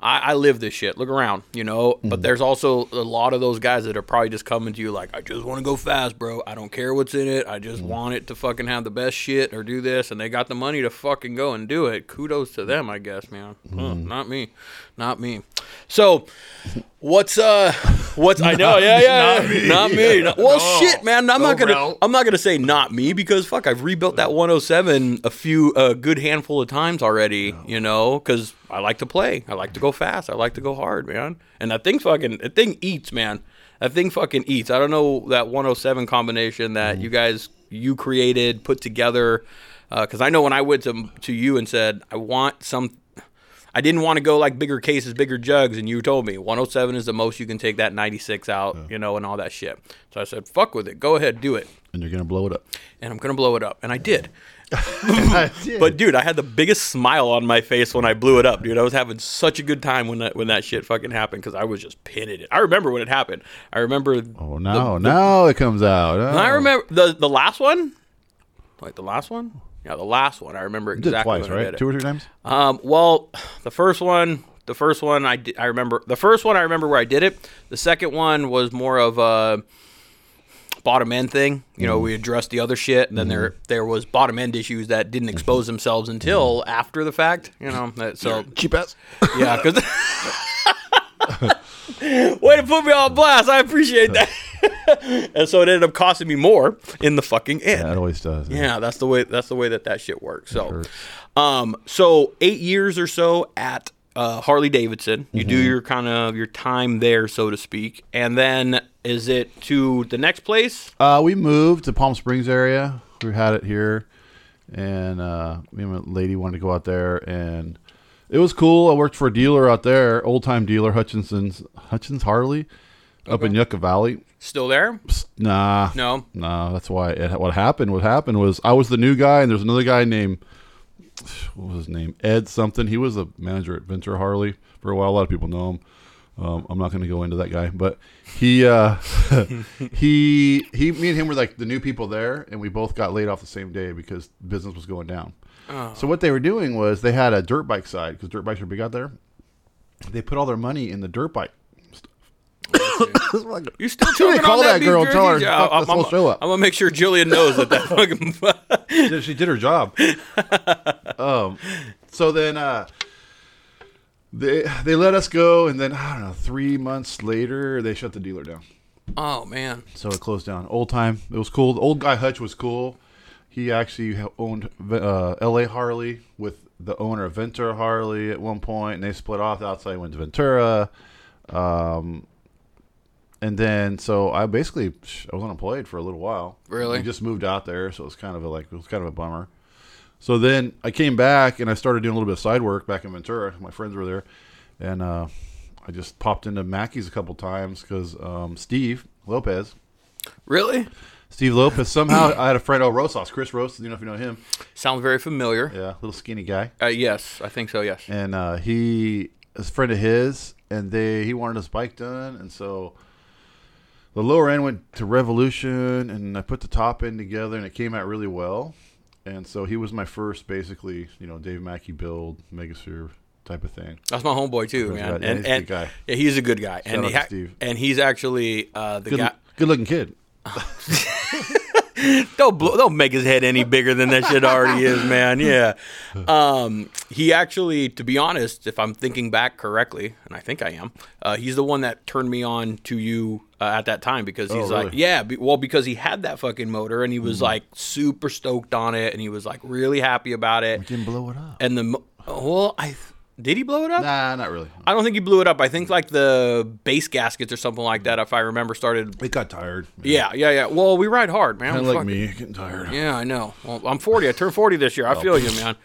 A: I, I live this shit. Look around, you know. But there's also a lot of those guys that are probably just coming to you like, I just want to go fast, bro. I don't care what's in it. I just want it to fucking have the best shit or do this. And they got the money to fucking go and do it. Kudos to them, I guess, man. Huh, not me, not me. So, what's uh, what's I know, yeah, yeah, yeah. not me. Not- well, shit, man. I'm not gonna. I'm not gonna say not me because fuck, I've rebuilt that 107 a few a good handful of times already. You know, because I like to play. I like to go fast. I like to go hard, man. And that thing fucking that thing eats, man. That thing fucking eats. I don't know that 107 combination that you guys you uh, created put together. Because I know when I went to to you and said I want some. I didn't want to go like bigger cases, bigger jugs, and you told me 107 is the most you can take that 96 out, you know, and all that shit. So I said, fuck with it, go ahead, do it,
B: and you're gonna blow it up.
A: and I'm gonna blow it up, and I did.
B: I did.
A: But dude, I had the biggest smile on my face when I blew it up, dude. I was having such a good time when that when that shit fucking happened because I was just pinning it. I remember when it happened. I remember.
B: oh no, now it comes out. Oh.
A: I remember the the last one, like the last one. Yeah, the last one. I remember
B: You did
A: exactly
B: twice,
A: when I did
B: right?
A: it.
B: Two or three times.
A: Um, well, the first one, the first one I, di- I remember the first one I remember where I did it. The second one was more of a bottom end thing. You
B: Mm-hmm.
A: know, we addressed the other shit, and then there there was bottom end issues that didn't expose themselves until after the fact. You know, that, so
B: Mm-hmm. Cheap ass.
A: yeah, because way to put me on blast. I appreciate that. and so it ended up costing me more in the fucking end.
B: That always does.
A: Yeah, that's the way. That's the way that that shit works. So, um, so eight years or so at uh, Harley Davidson, you
B: Mm-hmm.
A: do your kind of your time there, so to speak, and then is it to the next place?
B: Uh, we moved to Palm Springs area. We had it here, and uh, me and my lady wanted to go out there, and it was cool. I worked for a dealer out there, old time dealer Hutchinson's Hutchins Harley, up in Yucca Valley.
A: Still there?
B: Psst, Nah,
A: No.
B: nah, that's why. It, what happened? What happened was I was the new guy, and there's another guy named what was his name? Ed something. He was a manager at Venture Harley for a while. A lot of people know him. Um, I'm not going to go into that guy, but he, uh, he, he, me and him were like the new people there, and we both got laid off the same day because business was going down.
A: Oh.
B: So what they were doing was they had a dirt bike side because dirt bikes are big out there. They put all their money in the dirt bike. stuff.
A: You still
B: Who do they
A: choking on
B: call that
A: New
B: girl? Tell her
A: Jersey
B: to
A: job?
B: fuck
A: I'm,
B: this whole
A: I'm-
B: show up.
A: I'm gonna make sure Jillian knows that that fucking.
B: did- she did her job. um, so then uh, they they let us go, and then I don't know. Three months later, they shut the dealer down,
A: oh man,
B: so it closed down. Old time, it was cool. The old guy Hutch was cool. He actually ha- owned uh, L.A. Harley with the owner of Ventura Harley at one point, and they split off. Outside went to Ventura. Um, and then, so I basically I was unemployed for a little while.
A: Really?
B: we just moved out there, so it was kind of a, like it was kind of a bummer. So then I came back and I started doing a little bit of side work back in Ventura. My friends were there, and uh, I just popped into Mackey's a couple times because um, Steve Lopez,
A: really?
B: Steve Lopez. Somehow I had a friend, oh Rosas, Chris Rosas. You know if you know him,
A: Sounds very familiar.
B: yeah, little skinny guy,
A: Uh, yes, I think so. Yes.
B: and uh, he is a friend of his, and they he wanted his bike done, and so. The lower end went to Revolution, and I put the top end together, and it came out really well. And so he was my first, basically, you know, Dave Mackey build, Megasphere type of thing.
A: That's my homeboy too,
B: That's
A: man.
B: right. Yeah,
A: and,
B: he's a
A: and
B: good guy.
A: yeah, he's a good guy. and
B: out
A: he
B: to
A: ha-
B: Steve.
A: and he's actually uh, the
B: Good,
A: guy.
B: good looking kid.
A: Don't blow, don't make his head any bigger than that shit already is, man. Yeah. Um, he actually, to be honest, if I'm thinking back correctly, and I think I am, uh, he's the one that turned me on to you uh, at that time because he's like,
B: Oh, really? Mm-hmm.
A: yeah, be, well, because he had that fucking motor and he was like super stoked on it and he was like really happy about it.
B: Didn't blow it up.
A: And the mo- well, I th- did he blow it up?
B: Nah, not really.
A: I don't think he blew it up. I think like the base gaskets or something like that, if I remember, started.
B: It got tired.
A: Yeah, yeah, yeah. Well, we ride hard, man.
B: Kind
A: We
B: of like
A: fuck-
B: me, getting tired.
A: Yeah, I know. Well, I'm 40. I turned 40 this year. I feel you, man.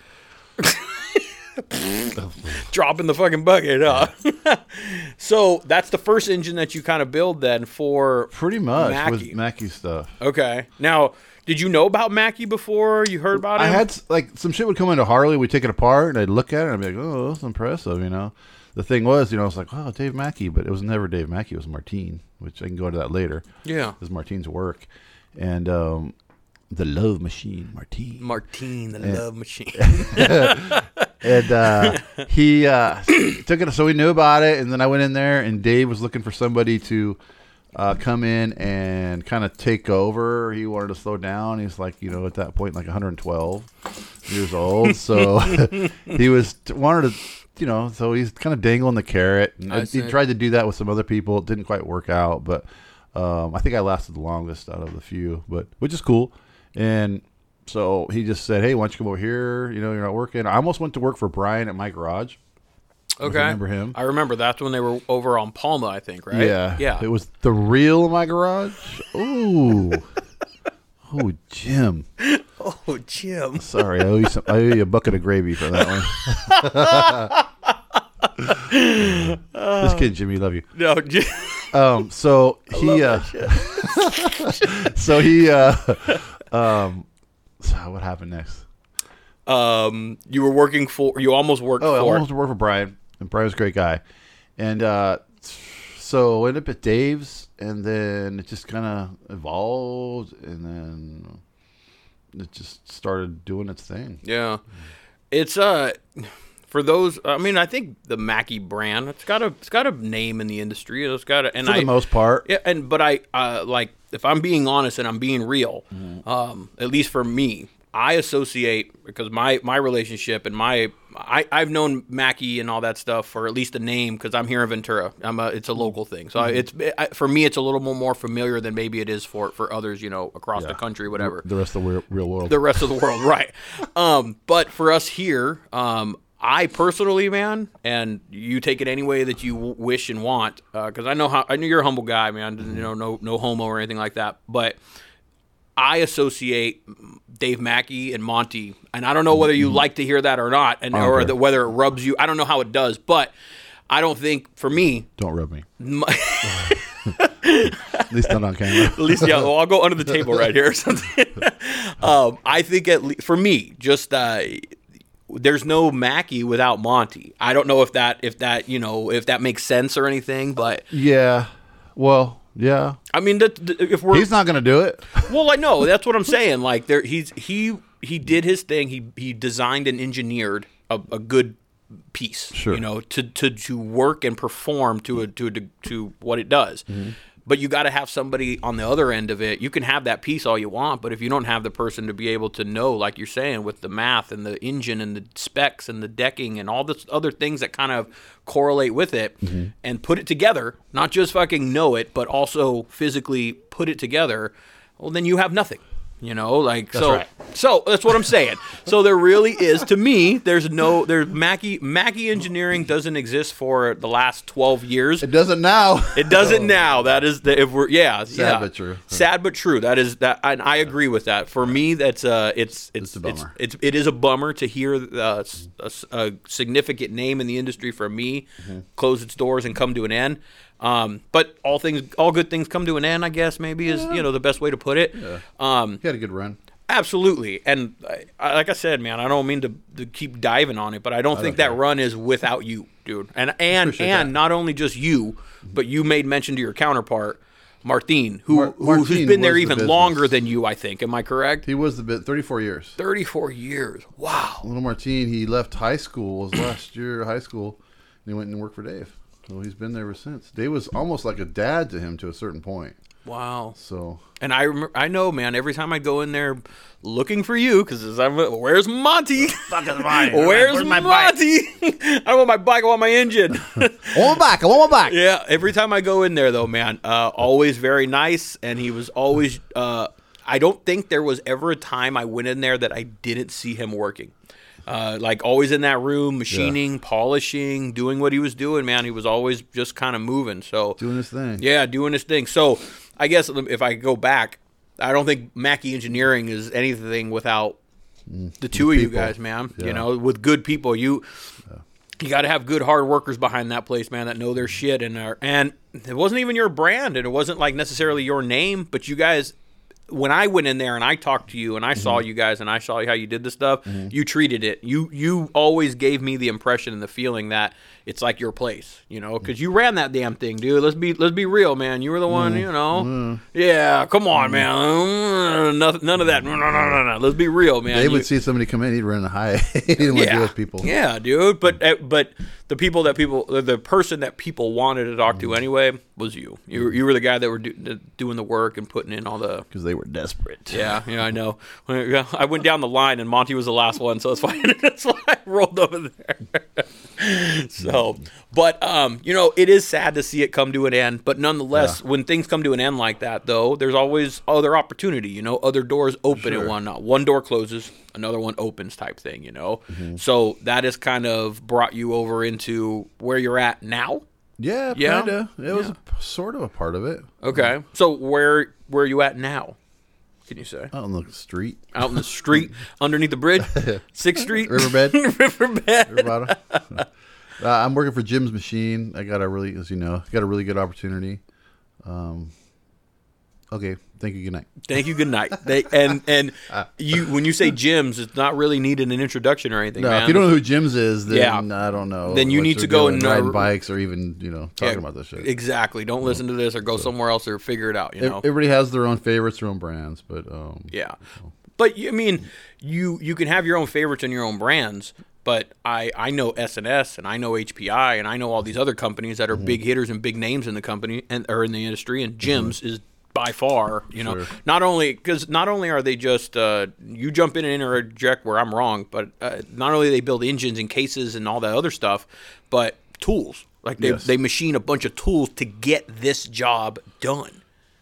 A: Dropping the fucking bucket. Huh? so that's the first engine that you kind of build then for.
B: Pretty much
A: Mackie.
B: with Mackey stuff.
A: Okay. Now, did you know about Mackie before you heard about
B: I
A: him?
B: had s- like some shit would come into Harley. We'd take it apart, and I'd look at it, and I'd be like, "Oh, that's impressive," you know. The thing was, you know, I was like, "Oh, Dave Mackey," but it was never Dave Mackey. It was Martine, which I can go into that later.
A: Yeah.
B: This is Martine's work, and um, the Love Machine, Martine.
A: Martine, the love machine.
B: and uh, he uh, took it. So we knew about it, and then I went in there, and Dave was looking for somebody to uh, come in and kind of take over. He wanted to slow down. He's like, you know, at that point, like 112 years old, so he was wanted to. You know, so he's kind of dangling the carrot. And
A: I
B: he
A: see.
B: tried to do that with some other people. It didn't quite work out, but um, I think I lasted the longest out of the few, but which is cool. And so he just said, "Hey, why don't you come over here? You know, you're not working." I almost went to work for Brian at my garage.
A: Okay.
B: remember him.
A: I remember that's when they were over on Palma, I think, right?
B: Yeah,
A: Yeah.
B: It was the real my garage. Ooh, oh, Jim.
A: oh, Jim.
B: Sorry, I owe you some. I owe you a bucket of gravy for that one. Just kidding, Jimmy. Love you.
A: No,
B: Um, so he, uh, so he, uh, um, so what happened next?
A: um, you were working for. You almost worked
B: Oh, I
A: for.
B: almost worked for Brian, and Brian's a great guy, and uh, so ended up at Dave's, and then it just kind of evolved, and then it just started doing its thing.
A: Yeah, it's uh for those. I mean, I think the Mackey brand. It's got a it's got a name in the industry. It's got a and
B: For
A: I
B: the most part,
A: yeah and but I uh like if I'm being honest and I'm being real,
B: Mm-hmm.
A: um at least for me. I associate because my my relationship and my I I've known Mackey and all that stuff for at least the name because I'm here in Ventura. I'm a,
B: Mm-hmm.
A: it's a local thing, so I, it's I, for me it's a little more more familiar than maybe it is for for others you know across the
B: Yeah.
A: country whatever
B: the rest of the real, real world.
A: the rest of the world, right? Um, but for us here, um, I personally, man, and you take it any way that you w- wish and want, because I know how I know you're a humble guy, man. You know, no no homo or anything like that. But I associate Dave Mackey and Monty, and I don't know whether you like to hear that or not, and or
B: care.
A: that whether it rubs you. I don't know how it does, but I don't think for me.
B: Don't rub me.
A: My,
B: At least not on camera.
A: at least yeah well, i'll go under the table right here or something um, i think at least for me just uh, there's no mackey without monty i don't know if that if that you know if that makes sense or anything but
B: yeah. Well, yeah.
A: i mean that that- if we're
B: He's not gonna do it.
A: well i know that's what i'm saying like there he's he he did his thing he he designed and engineered a, a good piece
B: Sure.
A: you know to to to work and perform to a to a, to what it does but you got to have somebody on the other end of it you can have that piece all you want but if you don't have the person to be able to know like you're saying with the math and the engine and the specs and the decking and all this other things that kind of correlate with it and put it together not just fucking know it but also physically put it together well then you have nothing you know like so
B: right.
A: so that's what I'm saying. So there really is, to me, there's no, there's Mackey, Mackey Engineering doesn't exist for the last 12 years.
B: It doesn't now.
A: It doesn't now. That is the, if we're, yeah. Sad
B: but true.
A: Sad but true. That is that, and I agree with that. For me, that's, uh, it's, it's,
B: a
A: it's,
B: bummer.
A: it's, it is a bummer to hear uh, s- a, s- a significant name in the industry for me
B: Mm-hmm.
A: close its doors and come to an end. Um, but all things, all good things come to an end, I guess, maybe is, you know, the best way to put it. Um,
B: He had a good run.
A: Absolutely, and I, I, like I said, man, I don't mean to, to keep diving on it, but I don't think that run is without you, dude. And and
B: Appreciate
A: and
B: that.
A: not only just you, but you made mention to your counterpart, Martine, who,
B: Mar-
A: who who's
B: Martine
A: been there
B: was the
A: even
B: business.
A: longer than you. I think. Am I correct?
B: He was the bit thirty-four years.
A: Thirty-four years. Wow.
B: Little Martine, he left high school, was last year of high school, and he went and worked for Dave. So he's been there ever since. Dave was almost like a dad to him to a certain point.
A: Wow.
B: So
A: And I remember, I know, man. Every time I go in there looking for you, because I'm where's Monty? Where's, Monty? I don't want my bike. I want my engine.
B: I want my back. I want my back.
A: Yeah, every time I go in there though, man, uh, always very nice, and he was always. Uh, I don't think there was ever a time I went in there that I didn't see him working. Uh, like always in that room, machining, polishing, doing what he was doing, man. He was always just kind of moving. So
B: Doing his thing.
A: yeah, doing his thing. So I guess um, if I go back, I don't think Mackey Engineering is anything without the two of you
B: Mm, people.
A: guys, man. You
B: Yeah.
A: know, with good people, you you got to have good hard workers behind that place, man, that know their shit and are and it wasn't even your brand and it wasn't like necessarily your name, but you guys when I went in there and I talked to you and I saw you guys and I saw how you did the stuff, you treated it. You you always gave me the impression and the feeling that it's like your place, you know, because you ran that damn thing, dude. Let's be let's be real, man. You were the one, you know. Yeah, come on, man. Noth- None of that. No, no, no, no, no. Let's be real, man.
B: Dave
A: You-
B: would see somebody come in, he'd run high. he didn't want to deal with people.
A: yeah, dude. But uh, but the people that people the person that people wanted to talk
B: Mm.
A: to anyway was you. You were- you were the guy that were do, that- doing the work and putting in all the.
B: Because they were desperate.
A: Yeah, yeah, I know. When- yeah, I went down the line and Monty was the last one, so that's why that's why I rolled over there. so, but um, you know, it is sad to see it come to an end. But nonetheless, when things come to an end like that, though, there's always other opportunity. You know, other doors open at
B: Sure.
A: one whatnot. One door closes, another one opens, type thing, you know. So that has kind of brought you over into where you're at now.
B: Yeah,
A: Yeah.
B: kinda. It was a p- sort of a part of it.
A: Okay, so where where are you at now? Can you say
B: Out on the street.
A: out in the street underneath the bridge, Sixth Street,
B: Riverbed.
A: Riverbed?
B: River bottom. Uh, I'm working for Jim's Machine. I got a really, as you know, got a really good opportunity. Um, okay, thank you. Good night.
A: Thank you. Good night. They, and and
B: Ah.
A: you when you say gyms, it's not really needed an introduction or anything.
B: No,
A: man.
B: if you don't know who Jim's is, then
A: Yeah.
B: I don't know.
A: Then you
B: what
A: need
B: they're
A: to go
B: doing,
A: and, uh,
B: riding bikes or even you know talking
A: Yeah,
B: about this shit.
A: exactly. Don't listen to this or go somewhere else or figure it out. You
B: Ev-
A: know.
B: Everybody has their own favorites, their own brands, but um,
A: Yeah, but you- I mean, you you can have your own favorites and your own brands. But I I know S and S and I know HPI and I know all these other companies that are
B: Mm-hmm.
A: big hitters and big names in the company and or in the industry. And
B: Mm-hmm.
A: Jim's is by far you know not only because not only are they just uh, you jump in and interject where I'm wrong, but uh, not only they build engines and cases and all that other stuff, but tools like they
B: Yes.
A: they machine a bunch of tools to get this job done.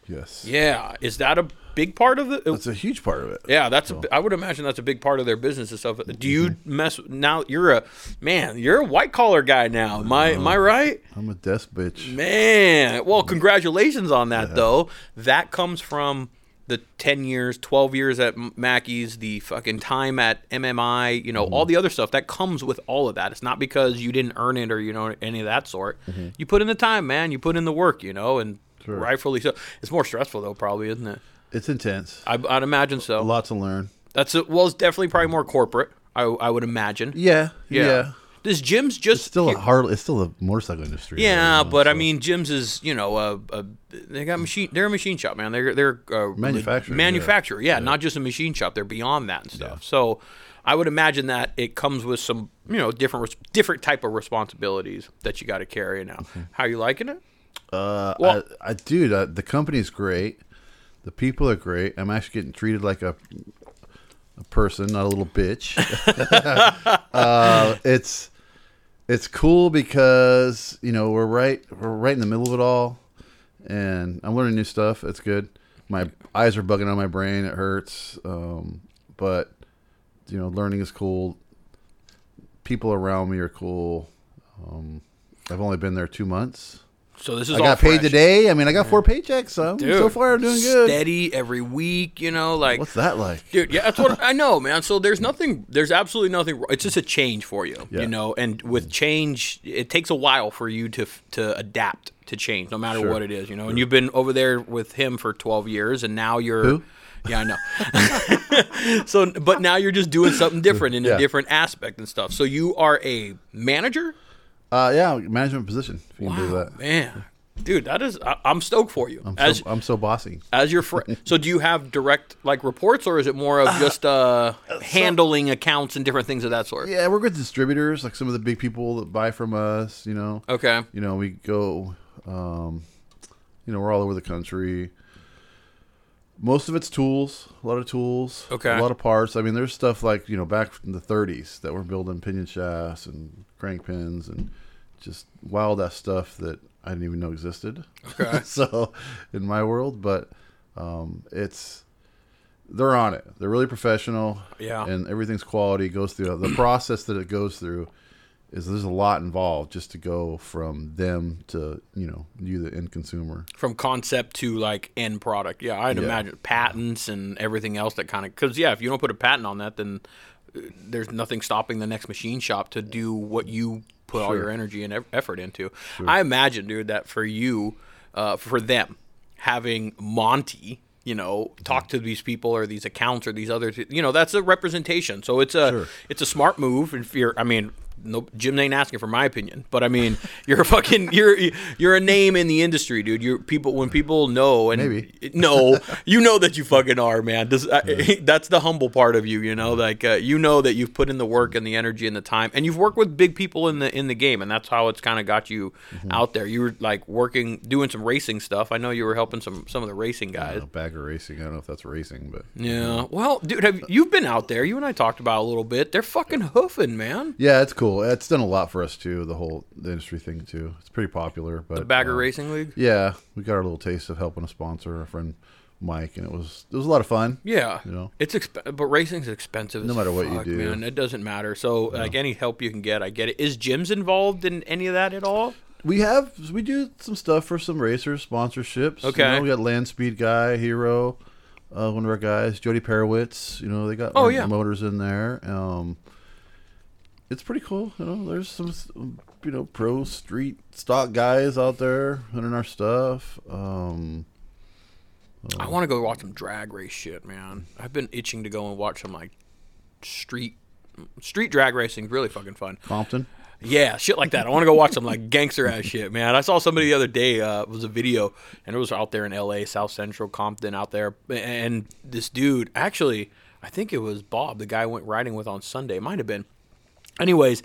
B: yes,
A: Yeah, is that a big part of the?
B: that's a huge part of it.
A: Yeah, that's. a bi- I would imagine that's a big part of their business and stuff. Do you mess now? You're a man. You're a white collar guy now. Am I? Am I right?
B: I'm a desk bitch.
A: Man, well, congratulations on that though. That comes from the ten years, twelve years at M- Mackey's, the fucking time at MMI. You know, all the other stuff that comes with all of that. It's not because you didn't earn it or you know any of that sort. You put in the time, man. You put in the work. You know, and rightfully so. It's more stressful though, probably, isn't it?
B: It's intense.
A: I, I'd imagine so.
B: A lot to learn.
A: That's a, well, it's definitely probably more corporate. I, I would imagine.
B: Yeah, yeah.
A: This Jim's just
B: Still a hard. It's still a motorcycle industry.
A: yeah,
B: you know,
A: but I
B: so-
A: mean, Jim's is you know a, a they got machine. They're a machine shop, man. They're they're uh,
B: Manufacturer, yeah.
A: manufacturer. Yeah, not just a machine shop. They're beyond that and stuff. So, I would imagine that it comes with some you know different res- different type of responsibilities that you got to carry now.
B: Mm-hmm.
A: How you liking it?
B: Uh,
A: Well-
B: I, I dude, uh, the company's great. The people are great. I'm actually getting treated like a a person, not a little bitch. uh, it's it's cool because you know we're right we're right in the middle of it all, and I'm learning new stuff. It's good. My eyes are bugging on my brain. It hurts, um, but you know learning is cool. People around me are cool. Um, I've only been there two months.
A: So this is
B: I
A: all
B: got paid
A: fresh.
B: today. I mean, I got four paychecks. So,
A: Dude,
B: so far, I'm doing good.
A: Steady every week. You know, like
B: What's that like?
A: Dude, yeah, that's what I know, man. So there's nothing, there's absolutely nothing. wrong. It's just a change for you,
B: Yeah.
A: you know. And with change, it takes a while for you to f- to adapt to change, no matter what it is, you know. And you've been over there with him for 12 years, and now you're,
B: Who?
A: yeah, I know. so, but now you're just doing something different in a
B: Yeah.
A: different aspect and stuff. So you are a manager,
B: Uh, yeah, management position. If you can do that.
A: man. Dude, that is, I, I'm stoked for you.
B: I'm
A: as
B: so, I'm so bossy.
A: as your friend. so do you have direct like reports, or is it more of just uh, handling accounts and different things of that sort?
B: Yeah, we're good distributors, like some of the big people that buy from us. You know,
A: Okay.
B: you know, we go. Um, you know, we're all over the country. Most of it's tools, a lot of tools,
A: Okay.
B: a lot of parts. I mean, there's stuff like you know back from the 30s that were building pinion shafts and crank pins and just wild ass stuff that I didn't even know existed.
A: Okay.
B: so in my world, but um, it's they're on it. They're really professional.
A: Yeah.
B: and everything's quality goes through the process that it goes through. Is there's a lot involved just to go from them to you know you the end consumer.
A: From concept to like end product. Yeah, I'd imagine patents and everything else that kind of because yeah, if you don't put a patent on that, then uh, there's nothing stopping the next machine shop to do what you put all your energy and eff- effort into. I imagine, dude, that for you, uh, for them, having Monty. You know, talk to these people or these accounts or these other. You know, that's a representation. So it's a it's a smart move. If you're, I mean, no, Jim ain't asking for my opinion, but I mean, you're a fucking you're you're a name in the industry, dude. You're people when people know and
B: Maybe.
A: no, you know that you fucking are, man. This, I, That's the humble part of you, you know. Like uh, you know that you've put in the work and the energy and the time, and you've worked with big people in the in the game, and that's how it's kind of got you out there. You were like working, doing some racing stuff. I know you were helping some some of the racing
B: You
A: guys.
B: know, bagger racing. I don't know if that's racing, but
A: Yeah. Well, dude, have, you've been out there. You and I talked about it a little bit. They're fucking hoofing, man.
B: yeah, it's cool. It's done a lot for us too. The whole the industry thing too. It's pretty popular. But
A: Bagger
B: uh,
A: Racing League.
B: Yeah, we got our little taste of helping a sponsor, our friend Mike, and it was it was a lot of fun.
A: Yeah,
B: You know?
A: it's exp- but racing's expensive. No
B: matter what you do.
A: man, it doesn't matter. So like any help you can get, I get it. Is Jim's involved in any of that at all?
B: We have we do some stuff for some racers sponsorships. you
A: Okay.
B: know, we got Land Speed guy Hero, uh, one of our guys, Jody Perowitz. You know they got
A: Oh,
B: our
A: yeah.
B: motors in there. Um, it's pretty cool. You know, there's some you know pro street stock guys out there hunting our stuff. Um, Oh.
A: I want to go watch some drag race shit, man. I've been itching to go and watch some like street street drag racing. Really fucking fun.
B: Compton.
A: Yeah, shit like that. I want to go watch some like gangster ass shit, man. I saw somebody the other day. Uh, it was a video, and it was out there in L.A., South Central, Compton, out there. And this dude, actually, I think it was Bob, the guy I went riding with on Sunday. Might have been. Anyways,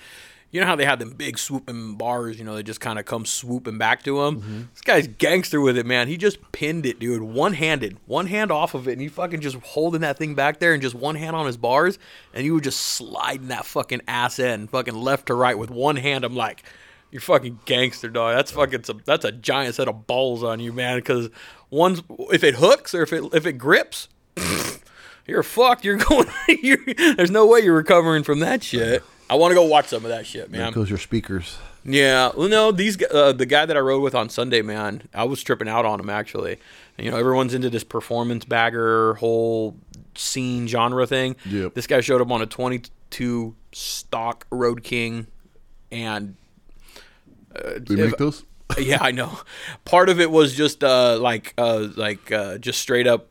A: you know how they have them big swooping bars, you know, they just kind of come swooping back to him? This guy's gangster with it, man. He just pinned it, dude, one handed, one hand off of it, and he fucking just holding that thing back there and just one hand on his bars, and you were just sliding that fucking ass end, fucking left to right with one hand. I'm like, you're fucking gangster, dog. That's fucking some, that's a giant set of balls on you, man. Because one's if it hooks or if it if it grips, you're fucked. You're going. You're, there's no way you're recovering from that shit. I want to go watch some of that shit,
B: There
A: man.
B: goes your speakers.
A: Yeah, well, no, these gu- uh, the guy that I rode with on Sunday, man, I was tripping out on him actually. And, you know, everyone's into this performance bagger whole scene genre thing.
B: Yep.
A: This guy showed up on a 22 stock Road King, and
B: Do we
A: if-
B: make those?
A: yeah, I know. Part of it was just uh, like uh, like uh, just straight up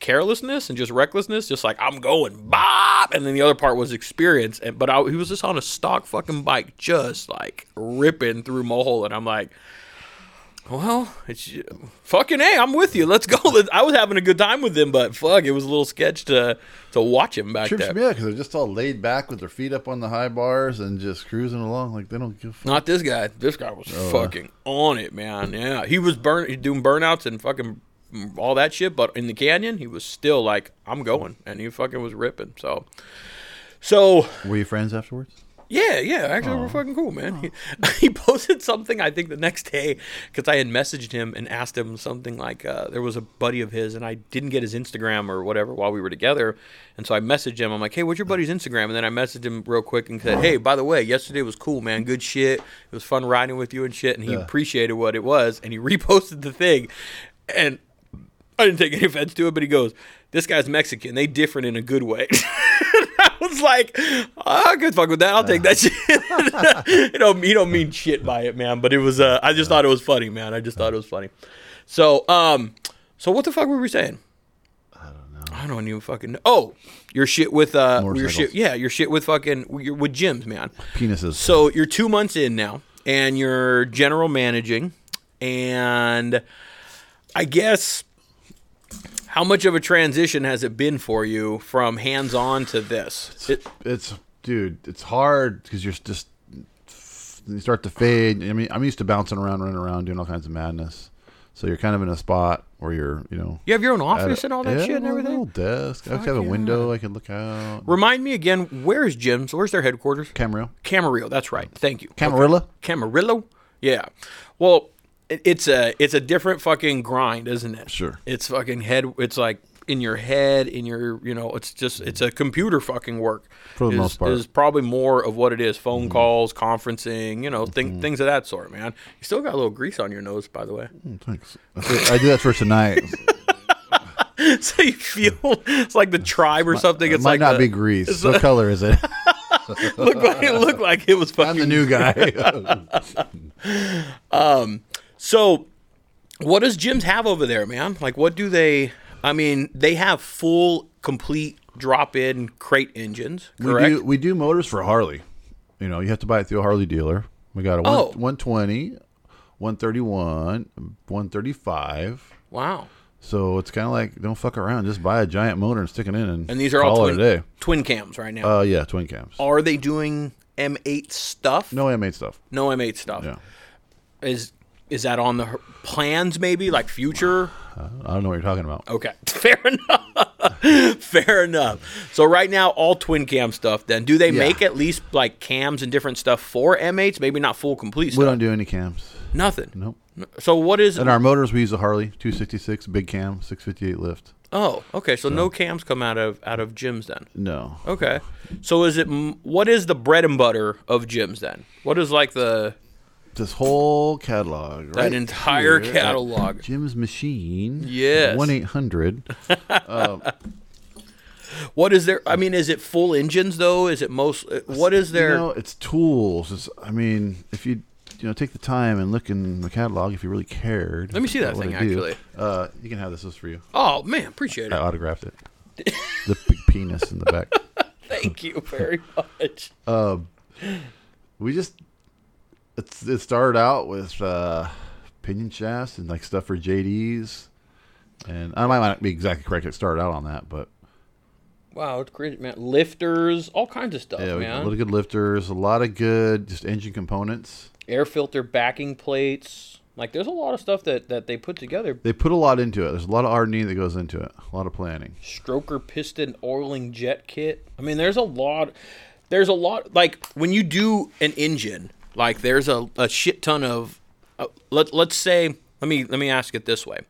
A: carelessness and just recklessness, just like I'm going bop, and then the other part was experience. And but I, he was just on a stock fucking bike, just like ripping through Mohole, and I'm like. Well, it's fucking hey, I'm with you. Let's go. I was having a good time with him, but fuck, it was a little sketch to to watch him back
B: Trips
A: there.
B: me out because they're just all laid back with their feet up on the high bars and just cruising along like they don't give a fuck.
A: Not this guy. This guy was fucking on it, man. Yeah, he was burn he doing burnouts and fucking all that shit. But in the canyon, he was still like, "I'm going," and he fucking was ripping. So, so
B: Were you friends afterwards?
A: yeah, yeah. Actually, we're fucking cool, man. He, he posted something I think the next day because I had messaged him and asked him something like uh, there was a buddy of his and I didn't get his Instagram or whatever while we were together, and so I messaged him. I'm like, hey, what's your buddy's Instagram? And then I messaged him real quick and said, hey, by the way, yesterday was cool, man. Good shit. It was fun riding with you and shit. And he
B: Yeah.
A: appreciated what it was, and he reposted the thing, and. I didn't take any offense to it, but he goes, "This guy's Mexican. They different in a good way." I was like, "I could fuck with that. I'll take that shit." you know, he don't mean shit by it, man. But it was, uh, I just thought it was funny, man. I just thought it was funny. So, um, so what the fuck were we saying? I don't even fucking know. Oh, your shit with uh, your
B: Motorcycles.
A: shit, yeah, your shit with fucking your, with gyms, man.
B: Penises.
A: So you're two months in now, and you're general managing, and I guess how much of a transition has it been for you from hands-on to this? It-
B: it's dude, it's hard because you're just you start to fade. I mean, I'm used to bouncing around, running around, doing all kinds of madness. So you're kind of in a spot where you're, you know,
A: you have your own
B: at
A: office
B: a-
A: and all that
B: yeah,
A: shit and
B: I have a
A: everything.
B: little desk. I have a
A: yeah.
B: window I can look out.
A: Remind me again, where is Jim's? Where's their headquarters?
B: Camarillo,
A: Camarillo. That's right. Thank you.
B: Camarilla.
A: Camarillo. Yeah. Well, it, it's a it's a different fucking grind, isn't it?
B: Sure.
A: It's fucking head. It's like in your head, in your you know. It's just it's a computer fucking work.
B: For the
A: is,
B: most part. Mm-hmm.
A: is probably more of what it is. Phone calls, conferencing, you know, thing, things of that sort, man. You still got a little grease on your nose, by the way.
B: Mm, Thanks. That's it. I do that for tonight.
A: so you feel it's like the tribe or something.
B: it
A: It's
B: might
A: like
B: not
A: the-
B: be grease. What color is it?
A: look like it looked like it was fucking.
B: I'm the new guy.
A: So, what does gyms have over there, man? Like, what do they? I mean, they have full, complete drop-in crate engines,
B: we
A: correct?
B: do we do motors for Harley. You know, you have to buy it through a Harley dealer. We got a one,
A: Oh.
B: 120, 131, 135.
A: Wow.
B: So it's kind of like don't fuck around. Just buy a giant motor and stick it in, and,
A: And these are
B: call
A: all
B: it a
A: twin,
B: day.
A: twin cams right now.
B: Uh, yeah, twin cams.
A: Are they doing M8 stuff?
B: No M8 stuff.
A: no M8 stuff.
B: Yeah,
A: Is is that on the h- plans? Maybe like future.
B: I don't know what you're talking about.
A: Okay, fair enough. fair enough. So right now, all twin cam stuff. Then, do they
B: Yeah.
A: make at least like cams and different stuff for M8s? Maybe not full complete
B: We
A: stuff.
B: don't do any cams.
A: Nothing.
B: Nope.
A: So what is?
B: And our motors, we use a Harley 266 big cam, 658 lift.
A: Oh, okay. So, no cams come out of out of gyms then.
B: No,
A: Okay. So is it m- what is the bread and butter of gyms then? What is like the
B: this whole catalog,
A: that
B: right?
A: entire
B: here at
A: catalog?
B: Jim's machine.
A: Yes.
B: One eight hundred.
A: What is there? I mean, is it full engines though? Is it most? uh, What is there?
B: You know, it's tools. It's, I mean, if you you know take the time and look in the catalog, if you really cared.
A: Let me see that
B: about what
A: thing,
B: I do,
A: actually.
B: uh, you can have this. This is for you.
A: oh man, appreciate
B: I
A: it.
B: autographed it. the big penis in the back.
A: Thank you very much.
B: We just it's, it started out with uh, pinion shafts and like stuff for JDs, and I might not be exactly correct. It started out on that, but
A: Wow, it's crazy, man. Lifters, all kinds of stuff,
B: yeah, we- a
A: man.
B: lot of good lifters, a lot of good just engine components.
A: Air filter backing plates. Like, there's a lot of stuff that that they put together.
B: They put a lot into it. There's a lot of R and D that goes into it. A lot of planning.
A: Stroker piston oiling jet kit. I mean, there's a lot. There's a lot. Like when you do an engine, like there's a, a shit ton of. Uh, let let's say let me let me ask it this way.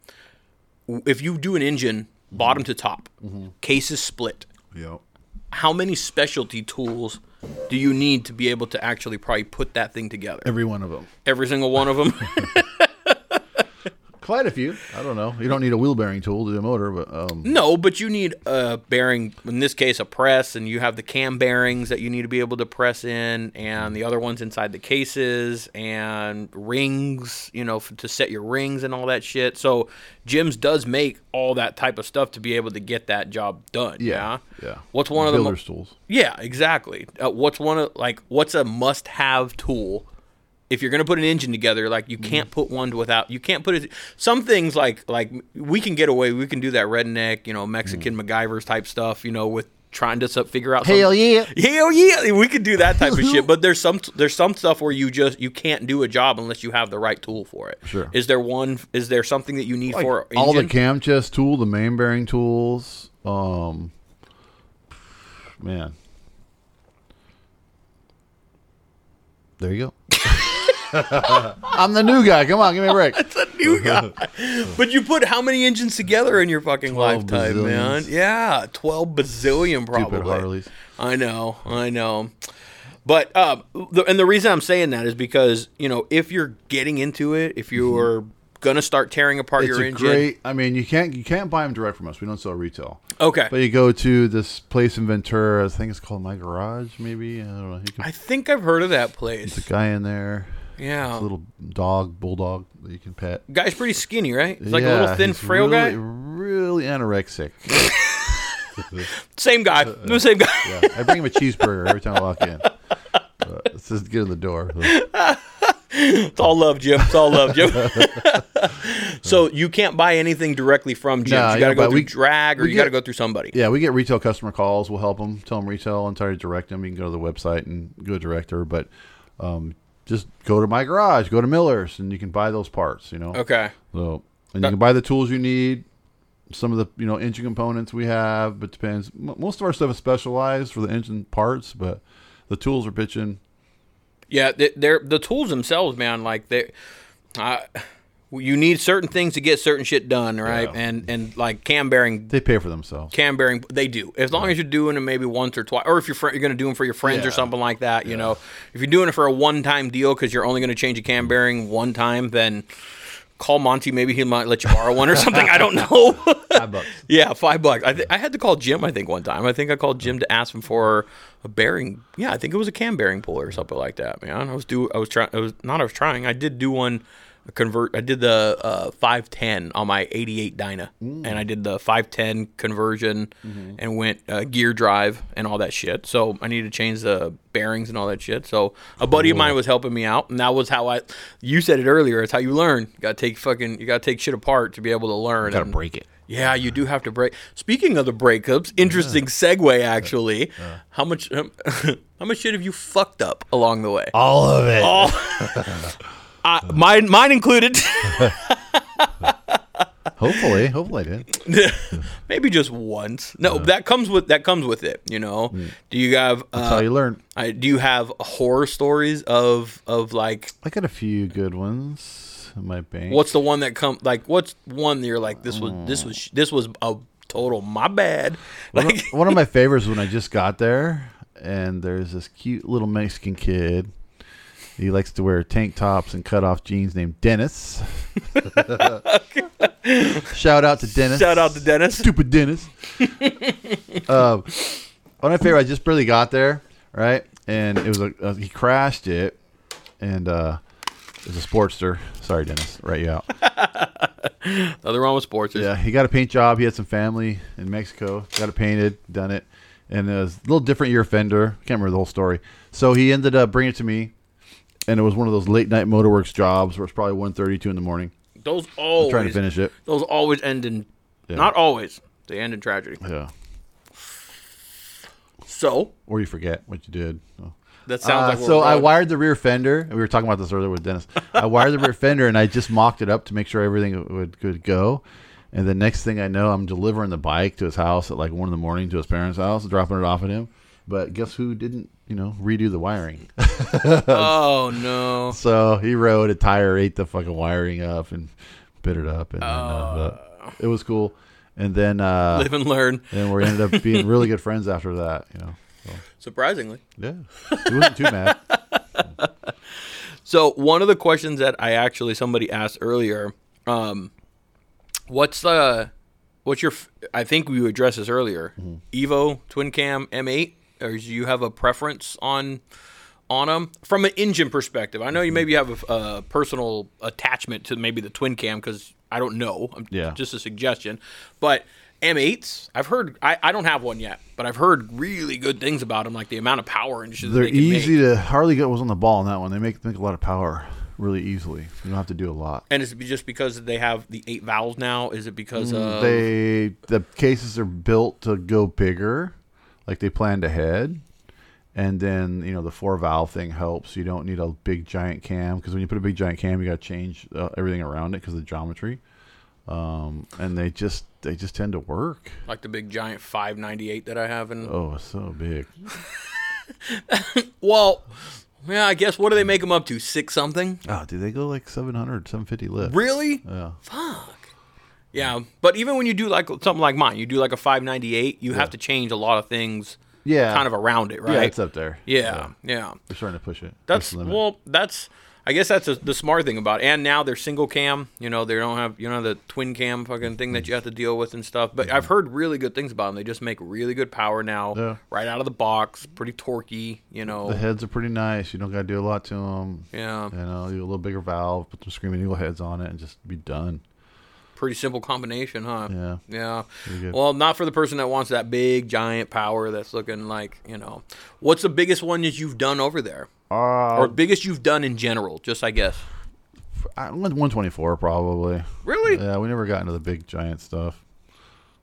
A: If you do an engine bottom to top, cases split.
B: Yep.
A: how many specialty tools do you need to be able to actually probably put that thing together?
B: Every one of them.
A: Every single one of them.
B: Quite a few. I don't know. You don't need a wheel bearing tool to do a motor, but um,
A: no, but you need a bearing, in this case, a press, and you have the cam bearings that you need to be able to press in, and the other ones inside the cases, and rings, you know, f- to set your rings and all that shit. So Jim's does make all that type of stuff to be able to get that job done. Yeah.
B: yeah, yeah.
A: What's one of the mo-
B: builder's tools?
A: Yeah, exactly. Uh, what's one of like what's a must-have tool if you're going to put an engine together? Like you
B: Mm-hmm.
A: can't put one without you can't put it. Some things like like we can get away. We can do that redneck, you know, Mexican MacGyver's type stuff. You know, with trying to sub- figure out.
B: Mm. Hell
A: some-
B: yeah.
A: Hell yeah, we could do that type of shit. But there's some there's some stuff where you just you can't do a job unless you have the right tool for it.
B: Sure.
A: Is there one? Is there something that you need for engine?
B: all the cam chest tool, the main bearing tools. Um, man, there you go. I'm the new guy. Come on, give me a break.
A: It's a new guy. but you put how many engines together in your fucking
B: 12
A: lifetime, man?
B: bazillions.
A: Yeah, twelve bazillion probably.
B: Stupid Harleys.
A: I know, I know. But uh, the, and the reason I'm saying that is because you know if you're getting into it, if you're gonna start tearing apart
B: Mm-hmm. It's
A: your
B: a
A: engine,
B: great. I mean, you can't you can't buy them direct from us. We don't sell retail.
A: okay.
B: But you go to this place in Ventura. I think it's called My Garage. Maybe I don't know. You can
A: I think I've heard of that place.
B: guy in there,
A: Yeah,
B: little dog, bulldog that you can pet.
A: guy's pretty skinny, right? He's like a little
B: Yeah,
A: thin,
B: he's
A: frail
B: really,
A: guy.
B: Really anorexic.
A: Same guy, the same guy.
B: Yeah, I bring him a cheeseburger every time I walk in. Uh, It's just get in the door.
A: It's all love, Jim. It's all love, Jim. so you can't buy anything directly from Jim.
B: No,
A: you got to
B: yeah,
A: go
B: but
A: through
B: we-
A: drag, or
B: we
A: you got to
B: get-
A: go through somebody.
B: Yeah, we get retail customer calls. We'll help them, tell them retail, and try to direct them. You can go to the website and go direct her, but um, just go to my garage, go to Miller's, and you can buy those parts. You know,
A: Okay.
B: so and you can buy the tools you need. Some of the you know engine components we have, but depends. M- Most of our stuff is specialized for the engine parts, but the tools are pitching.
A: Yeah, they- they're the tools themselves, man. Like they, I, you need certain things to get certain shit done, right?
B: Yeah.
A: And and like cam bearing.
B: They pay for themselves.
A: Cam bearing, they do. As long as you're doing them maybe once or twice, or if you're fr- you're going to do them for your friends or
B: Yeah.
A: something like that, you know, if you're doing it for a one time deal because you're only going to change a cam bearing one time, then call Monty. Maybe he might let you borrow one or something. I don't know.
B: Five bucks.
A: Yeah, five bucks. I, th- I had to call Jim. I think one time. I think I called Jim to ask him for a bearing. Yeah, I think it was a cam bearing puller or something like that. Man, I was do. I was trying. I was not. I was trying. I did do one. a Convert. I did the uh, five ten on my eighty eight Dyna,
B: Mm.
A: and I did the five ten conversion,
B: Mm-hmm.
A: and went uh, gear drive and all that shit. So I needed to change the bearings and all that shit. So a buddy of mine was helping me out, and that was how I. You said it earlier. It's how you learn. You gotta take fucking. You gotta take shit apart to be able to learn.
B: Gotta
A: and-
B: break it.
A: yeah, you do have to break. Speaking of the breakups, interesting segue actually. How much um, how much shit have you fucked up along the way?
B: All of it.
A: I, mine mine included.
B: Hopefully, hopefully I did.
A: Maybe just once. No, that comes with that comes with it, you know. Do you have
B: Mm. That's how
A: uh,
B: you learn.
A: I, do you have horror stories of of like
B: I got a few good ones in my bank.
A: what's the one that come like what's one that you're like this was this
B: Mm.
A: was this was a total my bad.
B: One
A: Like
B: of, one of my favorites when I just got there, and there's this cute little Mexican kid, He likes to wear tank tops and cut off jeans named Dennis. Shout out to Dennis.
A: Shout out to Dennis.
B: Stupid Dennis. um, on my favorite, I just barely got there, right? And it was a, uh, he crashed it, and uh, it was a Sportster. Sorry, Dennis, right you out.
A: Nothing wrong with sports.
B: Yeah, he got a paint job. He had some family in Mexico. Got it painted, done it, and it was a little different year fender. Can't remember the whole story. So he ended up bringing it to me, and it was one of those late night motorworks jobs where it's probably 1.30, 2 in the morning.
A: Those always
B: Trying to finish it.
A: Those always end in not always. They end in tragedy.
B: Yeah,
A: So
B: or you forget what you did. Oh.
A: that sounds
B: Uh,
A: like we're
B: so I
A: wrong.
B: wired the rear fender. and We were talking about this earlier with Dennis. I wired the rear fender and I just mocked it up to make sure everything would, would go. And the next thing I know, I'm delivering the bike to his house at like one in the morning to his parents' house, dropping it off at him. But guess who didn't, you know, redo the wiring?
A: Oh no.
B: so he rode a tire, ate the fucking wiring up, and bit it up. And then, uh, but it was cool. And then, uh,
A: Live and learn.
B: and we ended up being really good friends after that. You know, so,
A: Surprisingly.
B: yeah, he wasn't too mad.
A: So one of the questions that I actually somebody asked earlier, um, what's the what's your f- I think we addressed this earlier.
B: Mm-hmm.
A: Evo twin cam M8 or do you have a preference on on them from an engine perspective? I know
B: Mm-hmm.
A: you maybe have a f- a, personal attachment to maybe the twin cam cuz I don't know. I'm
B: Yeah.
A: just a suggestion. But M8s, I've heard I, I don't have one yet, but I've heard really good things about them like the amount of power and shit that
B: They're
A: they can make.
B: easy to. Harley got was on the ball on that one. They make make a lot of power really easily. You don't have to do a lot.
A: And is it just because they have the eight valves now? Is it because of
B: Mm, They the cases are built to go bigger, like they planned ahead, and then you know the four valve thing helps. You don't need a big giant cam because when you put a big giant cam, you got to change uh, everything around it because of the geometry. Um, and they just they just tend to work.
A: like the big giant 598 that I have? And
B: Oh, it's so big.
A: well, yeah, I guess what do they make them up to? Six something?
B: Oh, do they go like 700, 750 lift?
A: Really?
B: Yeah.
A: Fuck. Yeah, but even when you do like something like mine, you do like a 598, you have to change a lot of things.
B: Yeah.
A: Kind of around it, right?
B: Yeah, it's up there.
A: Yeah, yeah.
B: They're starting to push it. Push
A: That's
B: the limit.
A: well, that's. I guess that's a, the smart thing about it. And now they're single cam. You know, they don't have you know the twin cam fucking thing that you have to deal with and stuff. But I've heard really good things about them. They just make really good power now,
B: Yeah.
A: right out of the box. Pretty torquey. You know.
B: The heads are pretty nice. You don't got to do a lot to them.
A: yeah,
B: You know, you a little bigger valve, put some Screaming Eagle heads on it, and just be done.
A: pretty simple combination, huh?
B: Yeah.
A: Yeah.
B: good.
A: Well, not for the person that wants that big giant power that's looking like, you know. What's the biggest one that you've done over there? or
B: Uh,
A: biggest you've done in general, just I guess.
B: I went 124 probably.
A: Really?
B: Yeah, we never got into the big giant stuff.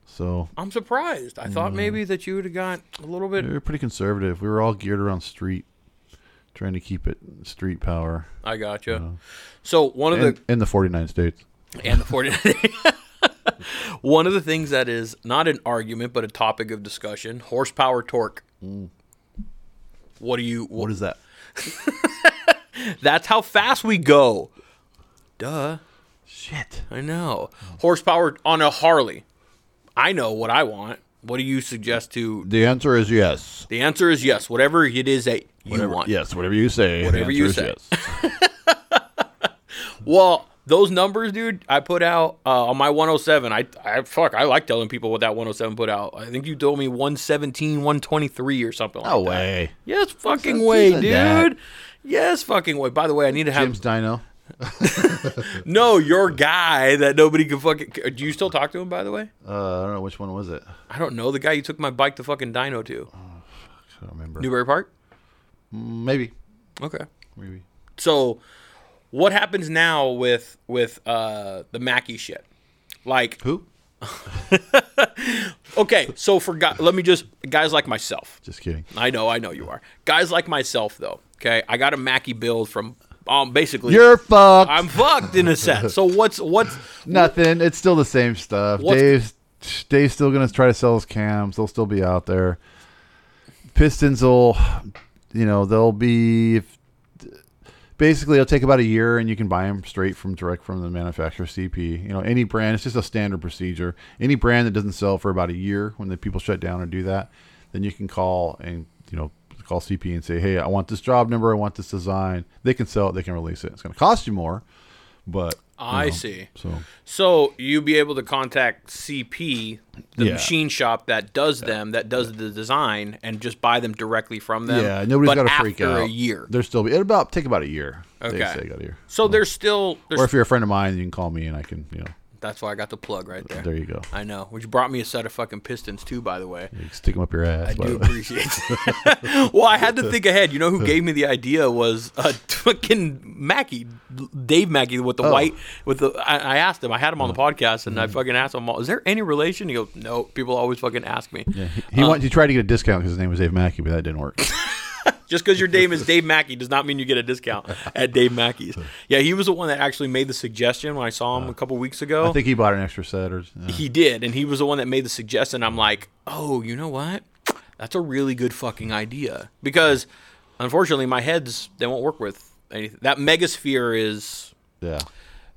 B: So
A: I'm surprised. I
B: Mm.
A: thought maybe that you would have got a little bit
B: we were pretty conservative. We were all geared around street, trying to keep it street power
A: I gotcha. So one of
B: in,
A: the
B: in the 49 states.
A: and the 49 one of the things that is not an argument but a topic of discussion horsepower torque. What do you? What is
B: that?
A: that's how fast we go. Duh,
B: Shit.
A: I know horsepower on a Harley. I know what I want. What do you suggest to?
B: The answer is yes.
A: The answer is yes. Whatever it is that you
B: Whatever-
A: want.
B: Yes, whatever you say. the
A: Whatever you
B: answer
A: say.
B: is yes.
A: Well, those numbers, dude, I put out uh, on my 107. I, I fuck, I like telling people what that 107 put out. I think you told me 117, 123 or something. Like
B: no
A: that.
B: way.
A: Yes, fucking
B: Something
A: way,
B: like
A: dude.
B: that.
A: Yes, fucking way. By the way, I need to have
B: Jim's Dino.
A: no your guy that nobody can fucking. Do you still talk to him? By the way,
B: Uh, I don't know which one was it.
A: I don't know the guy you took my bike to fucking Dino to
B: I don't remember.
A: Newberry Park.
B: Maybe.
A: Okay,
B: Maybe.
A: so what happens now with with uh the Mackie shit? Like
B: Who?
A: Okay, so for guys, let me just guys like myself.
B: Just kidding.
A: I know, I know you are. Guys like myself, though. Okay, I got a Mackie build from um basically.
B: You're fucked.
A: I'm fucked in a sense. So what's what's
B: Nothing. It's still the same stuff.
A: What's-
B: Dave's Dave's still gonna try to sell his cams. They'll still be out there. Pistons will, you know, they'll be. If, basically, it'll take about a year, and you can buy them straight from direct from the manufacturer CP. You know, any brand. It's just a standard procedure. Any brand that doesn't sell for about a year, when the people shut down or do that, then you can call and you know call CP and say, hey, I want this job number, I want this design. They can sell it, they can release it. It's going to cost you more, but
A: I see.
B: so
A: So you be able to contact CP, the
B: Yeah.
A: machine shop that does them, that does the design, and just buy them directly from them.
B: yeah, nobody's
A: but
B: got to freak
A: after
B: out.
A: a year.
B: they're still it about take about a year. They
A: Okay.
B: say about a year.
A: So there's still there's,
B: Or if you're a friend of mine, you can call me and I can, you know,
A: that's why I got the plug right there.
B: there you go.
A: I know, which brought me a set of fucking pistons too, by the way.
B: You can stick them up your ass. by
A: I do
B: the way.
A: appreciate that. well, I had to think ahead. You know who gave me the idea was uh, fucking Mackey, Dave Mackey with
B: Oh.
A: the white with the. I, I asked him. I had him on the
B: Mm.
A: podcast, and I fucking asked him, "Is there any relation?" He goes, "No." People always fucking ask me. Just
B: He- He wants. He tried to get a discount because his name was Dave Mackey, but that didn't work.
A: Just because your name is Dave Mackey does not mean you get a discount at Dave Mackey's. Yeah, he was the one that actually made the suggestion when I saw him a couple weeks ago.
B: Uh, I think he bought an extra set or. uh,
A: he did, and he was the one that made the suggestion. I'm like, oh, you know what? That's a really good fucking idea because, unfortunately, my heads they won't work with anything. That megasphere is
B: yeah.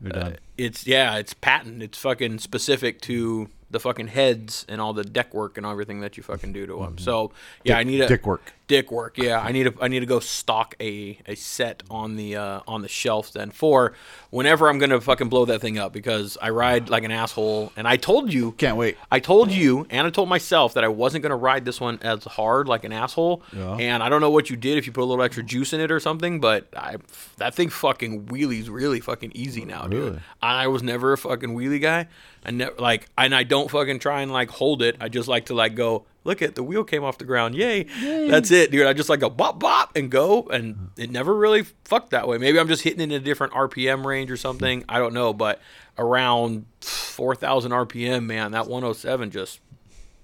B: You're done.
A: it's yeah, it's patent. It's fucking specific to the fucking heads and all the deck work and everything that you fucking do to them. So yeah, I need a
B: Mm-hmm. dick work.
A: Dick work. Yeah, I need to I need to go stock a, a set on the uh, on the shelf then for whenever I'm gonna fucking blow that thing up because I ride like an asshole and I told you
B: Can't wait.
A: I told you and I told myself that I wasn't going to ride this one as hard like an asshole.
B: Yeah.
A: And I don't know what you did if you put a little extra juice in it or something, but I that thing fucking wheelies really fucking easy now, dude.
B: Really?
A: I was never a fucking wheelie guy. I never like and I don't fucking try and like hold it. I just like to like go Look at the wheel came off the ground. Yay. That's it, dude. I just like go bop bop and go and it never really fucked that way. Maybe I'm just hitting it in a different RPM range or something. I don't know, but around 4000 RPM, man, that 107 just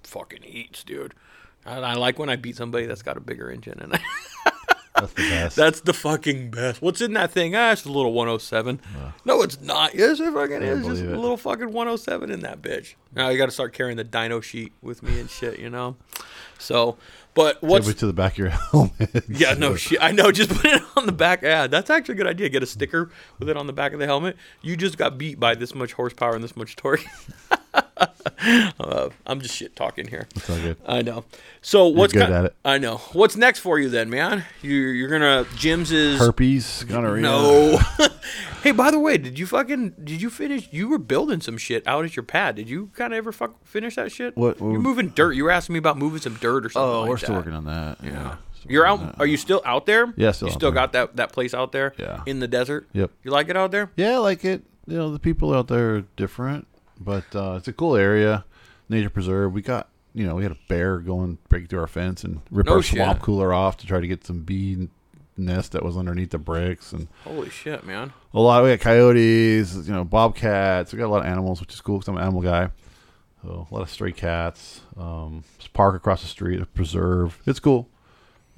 A: fucking eats, dude. And I like when I beat somebody that's got a bigger engine, and I,
B: That's the best.
A: that's the fucking best. What's in that thing? Ah, it's a little 107. no, it's not. Yes, it fucking is. Just
B: believe
A: a
B: it.
A: little fucking 107 in that bitch. Now you got to start carrying the dyno sheet with me and shit, you know. So, but
B: What's
A: what's
B: to the back of your helmet?
A: yeah, no shit. I know. Just put it on the back. Yeah, that's actually a good idea. Get a sticker with it on the back of the helmet. You just got beat by this much horsepower and this much torque. uh, I'm just shit talking here.
B: It's all good.
A: I know. So what's
B: good
A: co-
B: at it.
A: I know. What's next for you then, man? You you're gonna Jim's is
B: Herpes, gonorrhea.
A: no. hey, by the way, did you fucking did you finish? You were building some shit out at your pad. Did you kind of ever fuck finish that shit?
B: What- what-
A: You're moving dirt. You were asking me about moving some dirt or something.
B: Oh,
A: like
B: we're still
A: that.
B: working on that. Yeah.
A: You're out. Are you still out there?
B: Yeah, still
A: You
B: out
A: still
B: there.
A: got that that place out there?
B: Yeah.
A: In the desert.
B: Yep.
A: You like it out there?
B: Yeah, I like it. You know, the people out there are different, but uh, it's a cool area. Nature preserve. We got, you know, we had a bear go and break through our fence and rip
A: No
B: our
A: shit.
B: swamp cooler off to try to get some bee nest that was underneath the bricks and
A: Holy shit, man.
B: a lot. We got coyotes, you know, bobcats. We got a lot of animals, which is cool because I'm an animal guy. So a lot of stray cats. Um, there's a park across the street, a preserve. It's cool.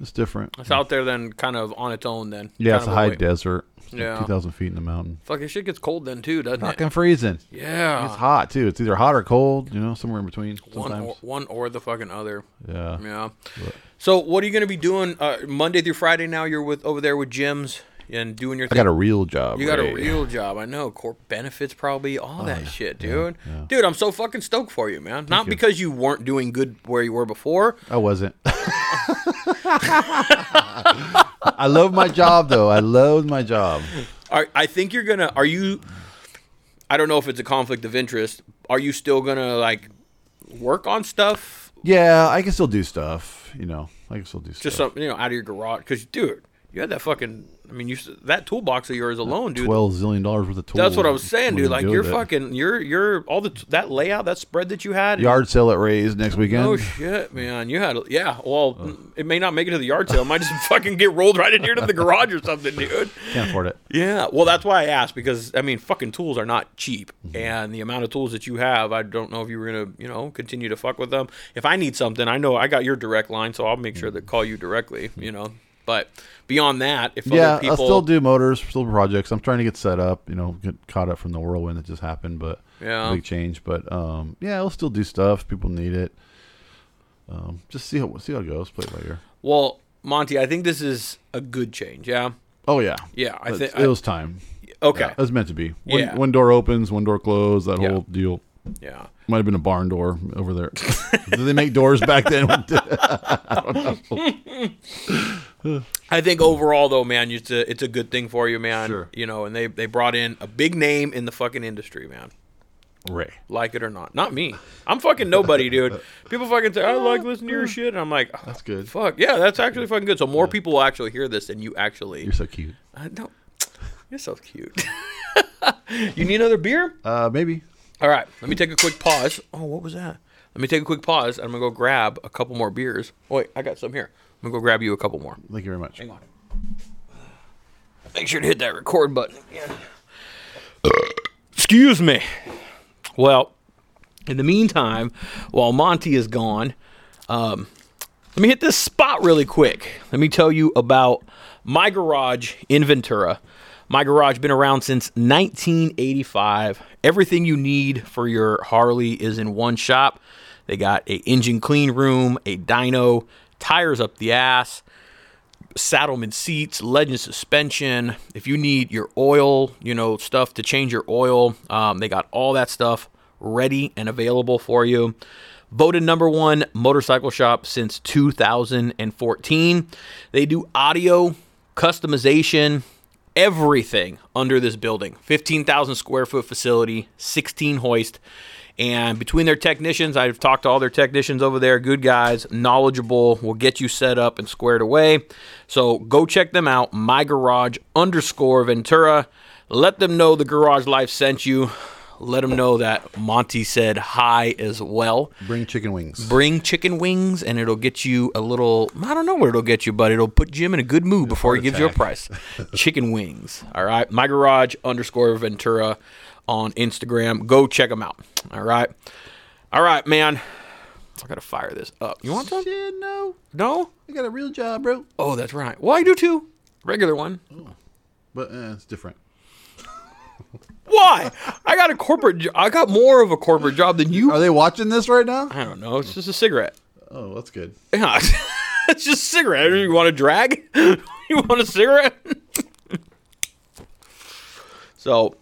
B: It's different.
A: It's out there then, kind of on its own then.
B: Yeah,
A: Kind
B: it's a
A: of
B: high
A: way-
B: desert. It's like
A: Yeah.
B: 2,000 feet in the mountain.
A: Fucking shit gets cold then too, doesn't it?
B: Fucking freezing.
A: Yeah.
B: It's hot too. It's either hot or cold. You know, somewhere in between. Sometimes.
A: one or, one or the fucking other.
B: yeah.
A: Yeah. So what are you going to be doing uh, Monday through Friday? Now you're with over there with Jim's and doing your
B: I
A: thing.
B: got a real job.
A: you got a
B: right?
A: real job. I know. Corp benefits probably all
B: Oh,
A: that shit, dude. Dude, I'm so fucking stoked for you, man. Not because you weren't doing good where you were before.
B: I wasn't. I love my job though. I love my job.
A: Are, I think you're gonna. Are you? I don't know if it's a conflict of interest. Are you still gonna like work on stuff?
B: Yeah, I can still do stuff. You know, I can still do
A: Just
B: stuff.
A: something you know out of your garage? Because dude, you had that fucking. I mean, you s- that toolbox of yours alone, dude.
B: Twelve zillion dollars worth of tools.
A: That's what I was saying,
B: What do you
A: dude. Like
B: do
A: you're
B: with it?
A: fucking, you're you're all the that layout, that spread that you had.
B: yard sale at Ray's next weekend.
A: Oh shit, man! You had yeah. Well,
B: Uh.
A: it may not make it to the yard sale. It might just fucking get rolled right in here to the garage or something, dude.
B: Can't afford it.
A: Yeah. Well, that's why I asked because I mean, fucking tools are not cheap,
B: Mm-hmm.
A: and the amount of tools that you have, I don't know if you were gonna, you know, continue to fuck with them. If I need something, I know I got your direct line, so I'll make sure
B: Mm-hmm.
A: to call you directly. You know, but beyond that, if
B: yeah,
A: other people,
B: I still do motors, still projects. I'm trying to get set up. You know, get caught up from the whirlwind that just happened, but
A: Yeah.
B: big change. But um, yeah, I'll still do stuff. People need it. Um, just see how see how it goes. Play it by ear.
A: well, Monty, I think this is a good change. Yeah.
B: Oh yeah,
A: Yeah, I
B: It's-
A: think-
B: it was time.
A: Okay.
B: It was meant to be. One,
A: Yeah.
B: one door opens, one door closed. That
A: Yeah.
B: whole deal.
A: Yeah.
B: Might have been a barn door over there. Did they make doors back then?
A: I think overall though, man, it's a it's a good thing for you, man.
B: Sure.
A: You know, and they they brought in a big name in the fucking industry, man.
B: Ray.
A: Like it or not, not me. I'm fucking nobody, dude. People fucking say I like listening to your shit, and I'm like, oh,
B: That's good.
A: Fuck yeah, that's actually fucking good. So more people will actually hear this than you actually.
B: You're so cute.
A: I don't. You're so cute. you need another beer?
B: Uh, maybe.
A: All right, let me take a quick pause. Oh, what was that? Let me take a quick pause. and I'm gonna go grab a couple more beers. Wait, I got some here. I'm gonna go grab you a couple more.
B: Thank you very much.
A: Hang on. Make sure to hit that record button. Excuse me. Well, in the meantime, while Monty is gone, um, let me hit this spot really quick. Let me tell you about my garage in Ventura. My garage been around since 1985. Everything you need for your Harley is in one shop. They got a engine clean room, a dyno, tires up the ass, Saddleman seats, Legend suspension. If you need your oil, you know, stuff to change your oil, um, they got all that stuff ready and available for you. Voted number one motorcycle shop since 2014. They do audio customization, everything under this building 15,000 square foot facility, 16 hoist. And between their technicians, I've talked to all their technicians over there, good guys, knowledgeable, will get you set up and squared away. So go check them out, my garage underscore Ventura. Let them know the garage life sent you. Let them know that Monty said hi as well.
B: Bring chicken wings.
A: Bring chicken wings and it'll get you a little, I don't know what it'll get you, but it'll put Jim in a good mood before he gives you a price. chicken wings. All right. My garage underscore Ventura on Instagram. Go check them out. All right. All right, man. I got to fire this up. You want some?
B: Shit, no.
A: No?
B: I got a real job, bro.
A: Oh, that's right. Well, I do too. Regular one.
B: But uh, it's different.
A: Why? I got a corporate jo- I got more of a corporate job than you.
B: Are they watching this right now?
A: I don't know. It's just a cigarette.
B: Oh, that's good.
A: Yeah, it's just a cigarette. You want a drag? you want a cigarette? so,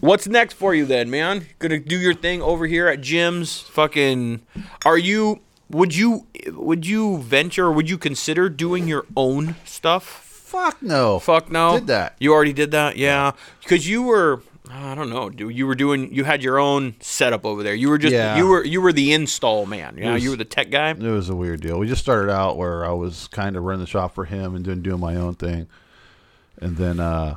A: what's next for you then, man? Gonna do your thing over here at gyms. Fucking, are you? Would you? Would you venture? Or would you consider doing your own stuff?
B: Fuck no.
A: Fuck no.
B: Did that.
A: You already did that. Yeah, because you were. I don't know. dude. You were doing. You had your own setup over there. You were just.
B: Yeah.
A: You were. You were the install man. Yeah.
B: was-
A: you were the tech guy.
B: It was a weird deal. We just started out where I was kind of running the shop for him and then doing my own thing, and then uh,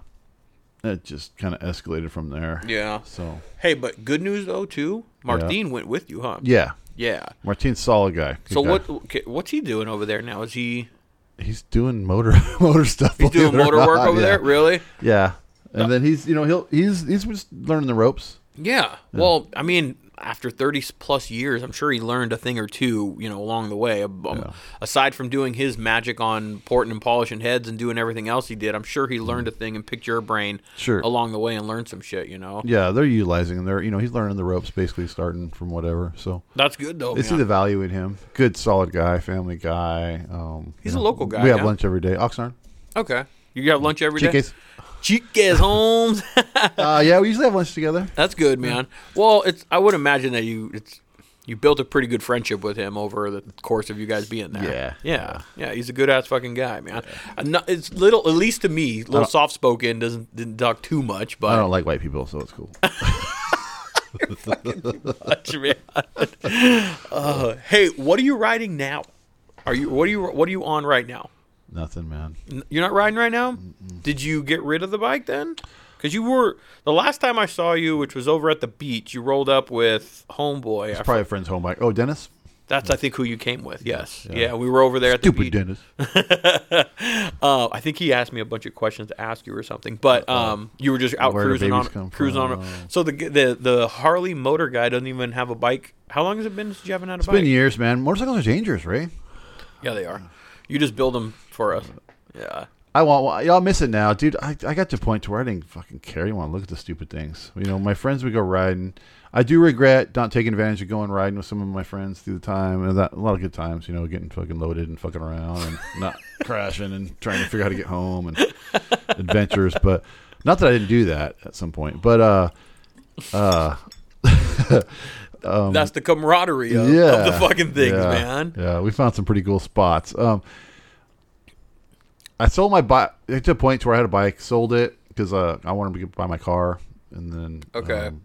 B: it just kind of escalated from there.
A: Yeah.
B: So
A: Hey, but good news though too. Martine went with you, huh?
B: yeah,
A: Yeah.
B: Martin's a solid guy. Good
A: So
B: guy.
A: what okay, what's he doing over there now? Is he
B: He's doing motor motor stuff. He's
A: doing motor work over there? Really?
B: Yeah. And then he's you know he'll he's he's just learning the ropes.
A: Yeah. Well, I mean, after 30 s- plus years, I'm sure he learned a thing or two, you know, along the way. Um, Aside from doing his magic on porting and polishing heads and doing everything else he did, I'm sure he learned a thing and picked your brain
B: Sure.
A: along the way and learned some shit, you know?
B: Yeah, they're utilizing him. They're you know he's learning the ropes basically starting from whatever. So
A: That's good though.
B: they see
A: man.
B: the value in him. Good, solid guy, family guy. Um,
A: He's
B: you
A: a
B: know,
A: local guy,
B: We have
A: yeah.
B: lunch every day. Oxnard.
A: okay. You got lunch every day?
B: Chiques.
A: Chiques Holmes.
B: Uh, yeah, we usually have lunch together.
A: That's good, man. Well, it's I would imagine that you it's you built a pretty good friendship with him over the course of you guys being there.
B: Yeah.
A: yeah, yeah. He's a good ass fucking guy, man. I'm not- it's little, at least to me, little
B: don't-
A: soft spoken. Doesn't didn't talk too much,
B: I
A: but
B: don't like white people, so it's cool.
A: uh, hey, what are you riding now? Are you what are you what are you on right now?
B: Nothing, man.
A: N- You're not riding right now. Did you get rid of the bike then? Because you were the last time I saw you, which was over at the beach. You rolled up with homeboy. I
B: Probably a friend's home bike. Oh, Dennis.
A: That's I think who you came with. Yes. Yeah, we were over there at the
B: Stupid
A: beach.
B: Dennis.
A: Uh, I think he asked me a bunch of questions to ask you or something. But um, you were just out
B: Where do
A: cruising
B: babies
A: on
B: come
A: cruising on.
B: from?
A: So the the the Harley motor guy doesn't even have a bike. How long has it been since you haven't had a
B: It's
A: bike?
B: been years, man. Motorcycles are dangerous, right?
A: yeah, they are. You just build them for us. Yeah.
B: I want one. Y'all miss it now, dude. I, I got to a point to where I didn't fucking care anymore. Look at the stupid things. You know, my friends would go riding. I do regret not taking advantage of going riding with some of my friends through the time and that a lot of good times. You know, getting fucking loaded and fucking around and not crashing and trying to figure out how to get home and adventures. But not that I didn't do that at some point. But uh, uh, um,
A: That's the camaraderie of,
B: yeah,
A: of the fucking things,
B: yeah,
A: man.
B: Yeah, we found some pretty cool spots. Um, I sold my bike to a point to where I had a bike, sold it because uh, I wanted to get, buy my car, and then
A: Okay.
B: um,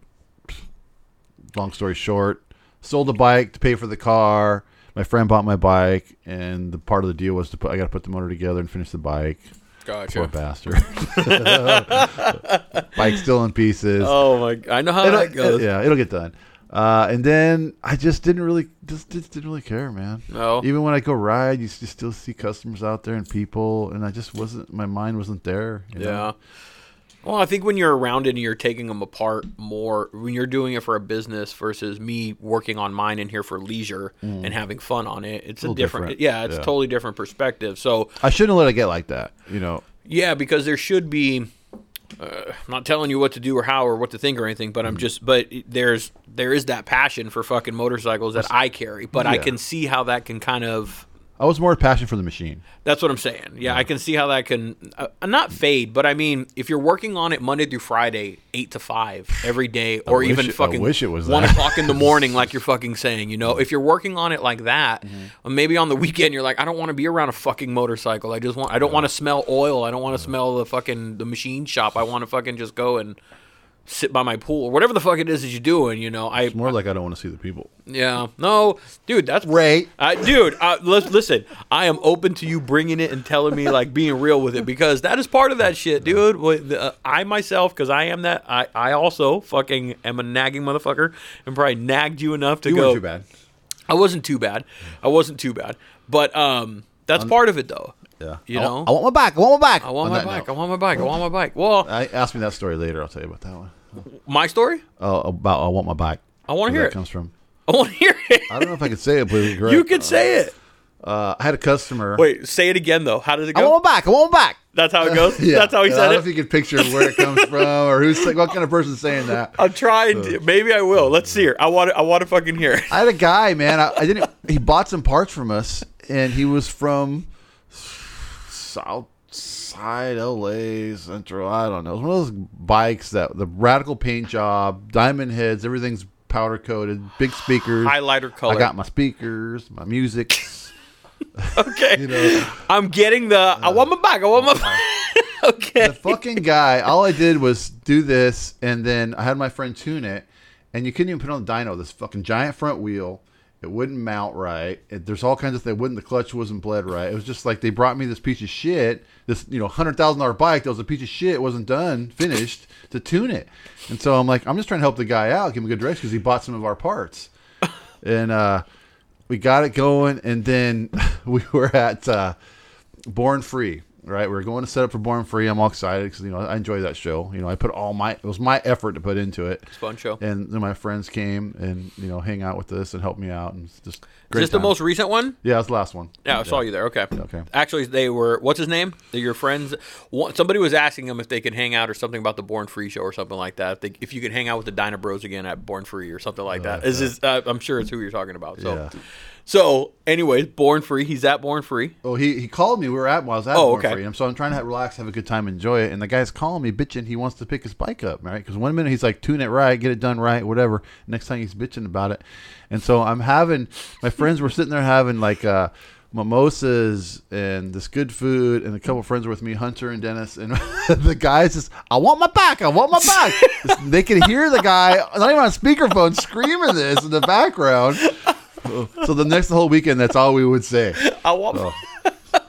B: long story short, sold the bike to pay for the car. My friend bought my bike, and the part of the deal was to put I got to put the motor together and finish the bike. Poor
A: Gotcha.
B: bastard. bike still in pieces
A: Oh my! g- I know how
B: it'll,
A: that goes.
B: yeah, it'll get done. Uh, and then I just didn't really, just, just didn't really care, man.
A: No.
B: Even when I go ride, you, s- you still see customers out there and people, and I just wasn't, my mind wasn't there. you know?
A: Yeah. Well, I think when you're around it and you're taking them apart more, when you're doing it for a business versus me working on mine and here for leisure and having fun on it, it's a,
B: Mm. Little
A: different,
B: different.
A: Yeah, it's
B: Yeah.
A: totally different perspective. So
B: I shouldn't let it get like that, you know.
A: yeah, because there should be. Uh, I'm not telling you what to do or how or what to think or anything, but I'm
B: Mm.
A: just. But there's there is that passion for fucking motorcycles that I carry, but I
B: Yeah.
A: can see how that can kind of
B: I was more passionate for the machine.
A: That's what I'm saying. Yeah, I can see how that can uh, not fade, but I mean, if you're working on it Monday through Friday, eight to five every day, or
B: wish
A: even
B: it- I
A: fucking
B: wish it was
A: one
B: that.
A: o'clock in the morning, like you're fucking saying, you know, if you're working on it like that,
B: Mm-hmm.
A: or maybe on the weekend you're like, I don't want to be around a fucking motorcycle. I just want, I don't want to smell oil. I don't want to smell the fucking the machine shop. I want to fucking just go and sit by my pool or whatever the fuck it is that you're doing. You know, I
B: It's more like I don't want to see the people.
A: yeah. No, dude, that's
B: Right.
A: Uh, dude, uh, li- listen, I am open to you bringing it and telling me like being real with it because that is part of that shit, dude. What the- uh, I myself, because I am that. I I also fucking am a nagging motherfucker and probably nagged you enough to
B: You
A: go.
B: weren't too bad.
A: I wasn't too bad. I wasn't too bad. But um, that's part of it though.
B: Yeah.
A: You
B: I
A: know?
B: want, I want my bike. I want my bike.
A: I want my bike. I want my bike. I want my bike. Well,
B: I ask me that story later. I'll tell you about that one.
A: my story.
B: Oh, about I want my bike.
A: I wanna
B: Where
A: hear
B: that
A: it.
B: comes from.
A: I want to hear it.
B: I don't know if I could say it completely correct.
A: You could say it.
B: Uh, I had a customer.
A: Wait, say it again though. How did it
B: I
A: go?
B: want my bike. I want my bike.
A: That's how it goes.
B: Yeah.
A: That's how he
B: I
A: said
B: don't
A: it.
B: know if you could picture where it comes from or who's what kind of person saying that.
A: I'm trying to. Maybe I will. Let's see her. I want. to. I want to fucking hear.
B: I had a guy, man. I, I didn't. He bought some parts from us, and he was from South Side LA Central. I don't know. It was one of those bikes that the radical paint job, diamond heads, everything's powder coated, big speakers.
A: Highlighter color.
B: I got my speakers, my music.
A: okay.
B: You know.
A: I'm getting the. I want my bike. I want my. bike. okay.
B: the fucking guy, all I did was do this, and then I had my friend tune it, and you couldn't even put on the dyno. This fucking giant front wheel, it wouldn't mount right. It, there's all kinds of things. Wouldn't the clutch wasn't bled right? It was just like they brought me this piece of shit, this you know hundred thousand dollar bike that was a piece of shit, wasn't done, finished to tune it, and so I'm like, I'm just trying to help the guy out, give him a good direction because he bought some of our parts, and uh, we got it going, and then we were at. Uh, Born Free, right? We are going to set up for Born Free. I'm all excited because you know I enjoy that show. You know, I put all my it was my effort to put into it. It's
A: fun show.
B: And then my friends came and you know hang out with us and help me out and it's just
A: Is
B: great.
A: this the
B: time.
A: most recent one?
B: Yeah, it's the last one.
A: Yeah, I saw you there. Okay.
B: Okay.
A: Actually, they were. What's his name? They're your friends. One- Somebody was asking him if they could hang out or something about the Born Free show or something like that. If, they, if you could hang out with the Dyna Bros again at Born Free or something like that. Is this, uh, I'm sure it's who you're talking about. So,
B: Oh, Yeah.
A: so anyways, Born Free. He's at Born Free.
B: Oh, he, he called me. We were at well, I was at
A: Oh,
B: Born
A: okay.
B: Free, and so I'm trying to relax, have a good time, enjoy it. And the guy's calling me, bitching. He wants to pick his bike up, right? Because one minute he's like, tune it right, get it done right, whatever. Next time he's bitching about it, and so I'm having my friends were sitting there having like uh, mimosas and this good food, and a couple friends were with me, Hunter and Dennis, and the guy's just, I want my bike, I want my bike. they could hear the guy, not even on speakerphone, screaming this in the background. So the next whole weekend, that's all we would say.
A: I want.
B: Oh.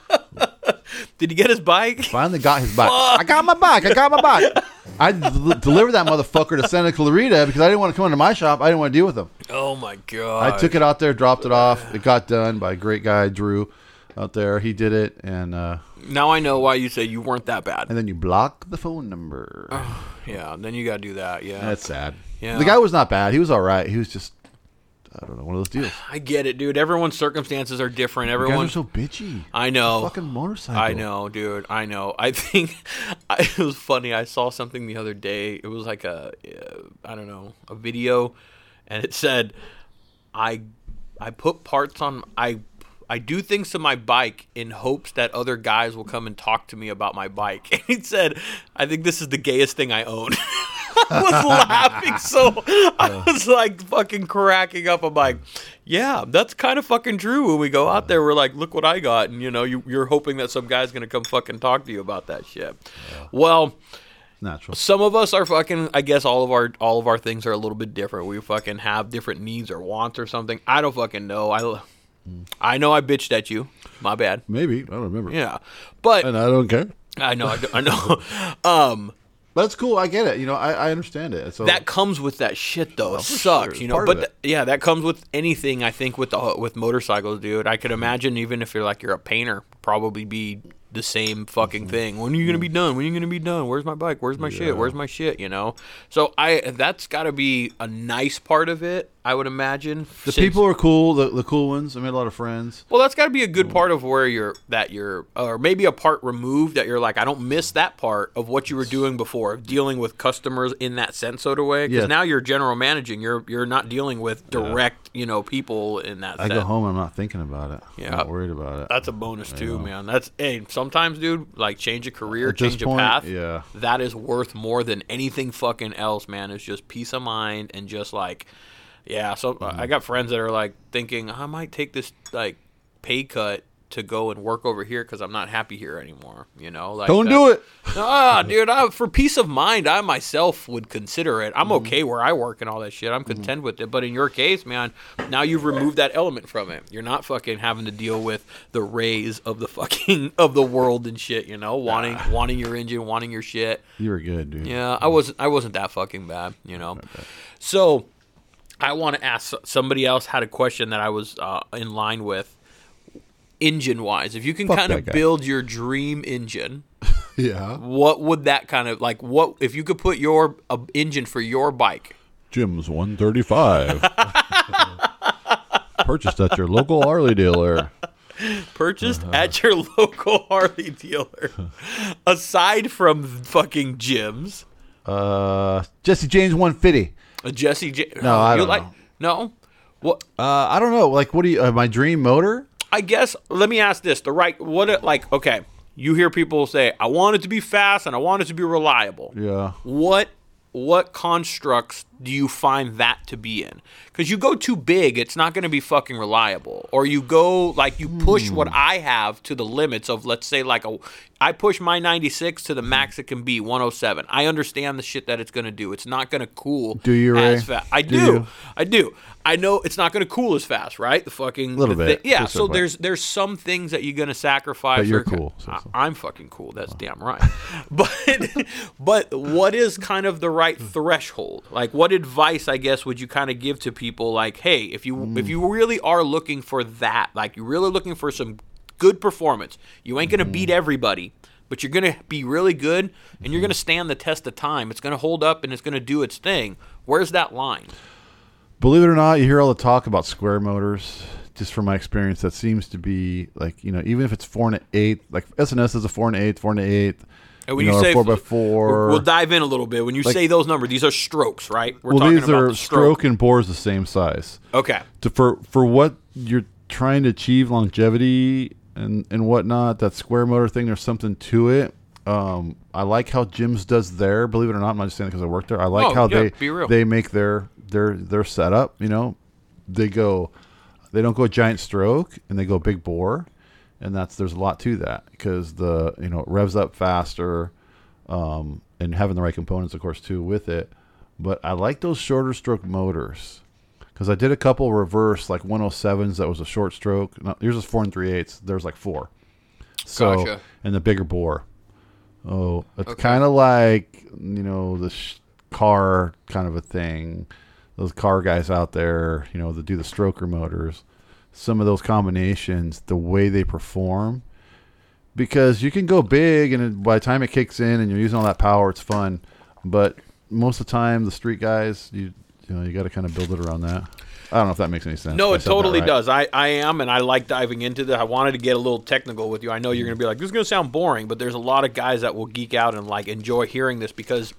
A: Did he get his bike?
B: Finally got his bike. I got my bike. I got my bike. I del- delivered that motherfucker to Santa Clarita because I didn't want to come into my shop. I didn't want to deal with him.
A: Oh my god!
B: I took it out there, dropped it off. It got done by a great guy, Drew, out there. He did it, and uh,
A: Now I know why you say you weren't that bad.
B: and then you block the phone number.
A: Yeah, then you gotta do that. Yeah,
B: That's sad.
A: Yeah.
B: The guy was not bad. He was all right. He was just, I don't know, one of those deals.
A: I get it, dude. Everyone's circumstances are different.
B: Guys
A: Everyone.
B: are so bitchy.
A: I know.
B: Fucking motorcycle.
A: I know, dude. I know. I think I, it was funny. I saw something the other day. It was like a, uh, I don't know, a video, and it said, "I, I put parts on. I, I do things to my bike in hopes that other guys will come and talk to me about my bike." And it said, "I think this is the gayest thing I own." was laughing so I was like fucking cracking up. I'm like, yeah, that's kind of fucking true. When we go out there, we're like, look what I got, and you know, you, you're hoping that some guy's gonna come fucking talk to you about that shit. Well,
B: Natural.
A: some of us are fucking. I guess all of our all of our things are a little bit different. We fucking have different needs or wants or something. I don't fucking know. I I know I bitched at you. My bad.
B: Maybe I don't remember.
A: Yeah, but
B: and I don't care.
A: I know. I, d- I know. um,
B: But it's cool. I get it. You know, I, I understand it. So
A: that comes with that shit though. it
B: for
A: sucks,
B: sure.
A: you know.
B: Part of
A: But
B: it.
A: th- yeah, that comes with anything. I think with the with motorcycles, dude. I could imagine even if you're like you're a painter, probably be the same fucking
B: Mm-hmm.
A: thing. When are you gonna be done? When are you gonna be done? Where's my bike? Where's my shit? Where's my shit? You know. So I that's got to be a nice part of it. I would imagine
B: the people are cool. The, the cool ones. I made a lot of friends.
A: Well, that's got to be a good part of where you're that you're, or maybe a part removed that you're like, I don't miss that part of what you were doing before, of dealing with customers in that sense, sort of way. Because
B: Yeah.
A: now you're general managing, you're you're not dealing with direct, you know, people in that.
B: I
A: sense.
B: go home. I'm not thinking about it.
A: Yeah.
B: I'm not worried about it.
A: That's a bonus too, man. That's hey, sometimes, dude, like change a career,
B: At this
A: change a
B: point,
A: path.
B: yeah.
A: that is worth more than anything fucking else, man. It's just peace of mind and just like, yeah. So uh,
B: Mm-hmm.
A: I got friends that are like thinking I might take this like pay cut to go and work over here because I'm not happy here anymore. You know, like
B: don't
A: that-
B: do it.
A: Ah, dude, I, for peace of mind, I myself would consider it. I'm
B: Mm-hmm.
A: okay where I work and all that shit. I'm content with it. But in your case, man, now you've removed that element from it. You're not fucking having to deal with the rays of the fucking of the world and shit. You know, wanting wanting your engine, wanting your shit.
B: You were good, dude.
A: Yeah, I wasn't. I wasn't that fucking bad, you know. So, I want to ask somebody else had a question that I was uh, in line with, engine wise. If you can
B: Fuck
A: kind of
B: that guy.
A: build your dream engine,
B: Yeah.
A: what would that kind of like? What if you could put your uh, engine for your bike?
B: Jim's 135. Purchased at your local Harley dealer.
A: Purchased at your local Harley dealer. Aside from fucking gyms,
B: Uh, Jesse James 150.
A: a Jesse. J-
B: No, I don't know.
A: No, what?
B: Uh, I don't know. Like, what do you? Uh, my dream motor?
A: I guess let me ask this: the right what it, like? Okay, you hear people say, "I want it to be fast and I want it to be reliable."
B: Yeah.
A: What what constructs do you find that to be in? Because you go too big, it's not going to be fucking reliable. Or you go like you push what
B: Hmm.
A: I have to the limits of, let's say, like a I push my 96 to the max it can be 107. I understand the shit that it's going to do. It's not going to cool.
B: Do you, Ray?
A: as fa- I
B: Do
A: do.
B: you?
A: I do. I know it's not going to cool as fast, right? The fucking
B: Little
A: the
B: bit,
A: thi- yeah.
B: just a
A: So
B: bit.
A: there's there's some things that you're gonna sacrifice.
B: But you're
A: for-
B: cool, so- so.
A: I, am fucking cool. That's damn right. But but what is kind of the right
B: Hmm.
A: threshold? Like, what advice I guess would you kind of give to people? Like, hey, if you if you
B: Mm.
A: really are looking for that, like you're really looking for some good performance, you ain't gonna
B: Mm.
A: beat everybody. But you're gonna be really good, and you're gonna stand the test of time. It's gonna hold up, and it's gonna do its thing. Where's that line?
B: Believe it or not, you hear all the talk about square motors. Just from my experience, that seems to be like you know, even if it's four and an eight, like SNS is a four and an eight, four and an eight.
A: And when
B: you
A: you,
B: know, or
A: say
B: four by 4
A: we'll dive in a little bit. When you say those numbers, these are strokes, right? We're
B: well, these are
A: the
B: stroke and bore is the same size.
A: Okay,
B: to for for what you're trying to achieve longevity and and whatnot that square motor thing there's something to it um i like how jim's does there believe it or not i'm not just saying because i work there i like
A: Oh,
B: how
A: yeah,
B: they
A: be real.
B: they make their their their setup you know they go they don't go giant stroke and they go big bore and that's there's a lot to that because the you know it revs up faster um and having the right components of course too with it but i like those shorter stroke motors because I did a couple reverse like 107s that was a short stroke. No, yours was four and three eighths. There's like four. So
A: Gotcha.
B: and the bigger bore. Oh, it's kind of like you know the sh- car kind of a thing. Those car guys out there, you know, that do the stroker motors. Some of those combinations, the way they perform, because you can go big, and it- by the time it kicks in, and you're using all that power, it's fun. But most of the time, the street guys, you you know, you got to kind of build it around that. I don't know if that makes any sense.
A: no,
B: if I
A: it
B: said that
A: totally
B: right.
A: does. I, I am, and I like diving into that. I wanted to get a little technical with you. I know you're going to be like, this is going to sound boring, but there's a lot of guys that will geek out and like enjoy hearing this because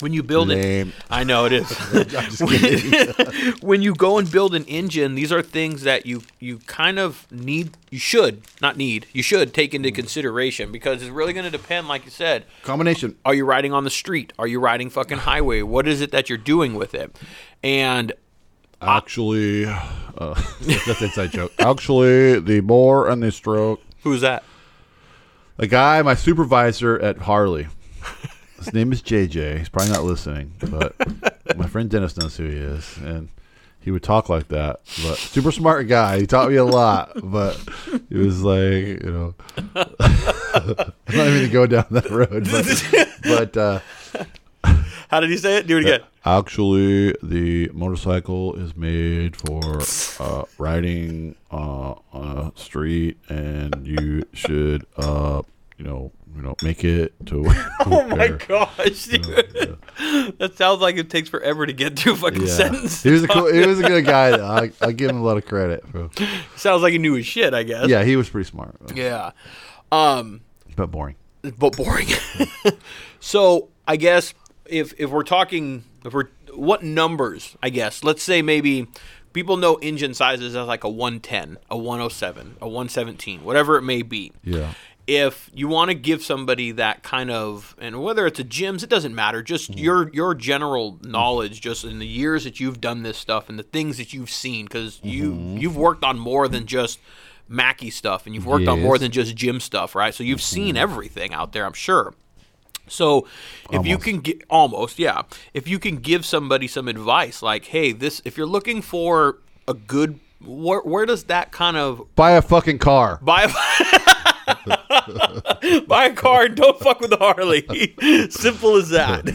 A: When you build
B: Lame.
A: it, I know it is.
B: I'm just kidding.
A: when you go and build an engine, these are things that you you kind of need, you should not need, you should take
B: Hmm.
A: into consideration because it's really going to depend, like you said,
B: Combination.
A: are you riding on the street? Are you riding fucking highway? What is it that you're doing with it? And
B: Actually, uh, that's an inside joke. Actually, the bore and the stroke.
A: who's that?
B: A guy, my supervisor at Harley. His name is JJ. He's probably not listening, but my friend Dennis knows who he is, and he would talk like that. But super smart guy. He taught me a lot, but it was like you know, I'm not even gonna go down that road. But, but uh,
A: How did he say it? Do it again.
B: Actually, the motorcycle is made for uh, riding uh, on a street, and you should, uh, you know, you know, make it to.
A: Oh my gosh, dude. that sounds like it takes forever to get through a fucking sentence.
B: He was a cool. He was a good guy. though. I, I give him a lot of credit. For,
A: Sounds like he knew his shit, I guess.
B: yeah, he was pretty smart,
A: Yeah. Um,
B: but boring.
A: but boring. so I guess if if we're talking if we're what numbers, I guess, let's say maybe people know engine sizes as like a one ten, a one oh seven, a one seventeen, whatever it may be.
B: Yeah.
A: If you want to give somebody that kind of and whether it's a gyms, it doesn't matter, just your your general knowledge just in the years that you've done this stuff and the things that you've seen because you you've worked on more than just Mackie stuff and you've worked on more
B: Yes. Mm-hmm.
A: than just gym stuff, right? So you've seen everything out there, I'm sure. So if you can get almost, yeah, if you can give somebody some advice like, hey, this if you're looking for a good where, where does that kind of
B: Buy a fucking car.
A: buy a, buy a car and don't fuck with the Harley. Simple as that.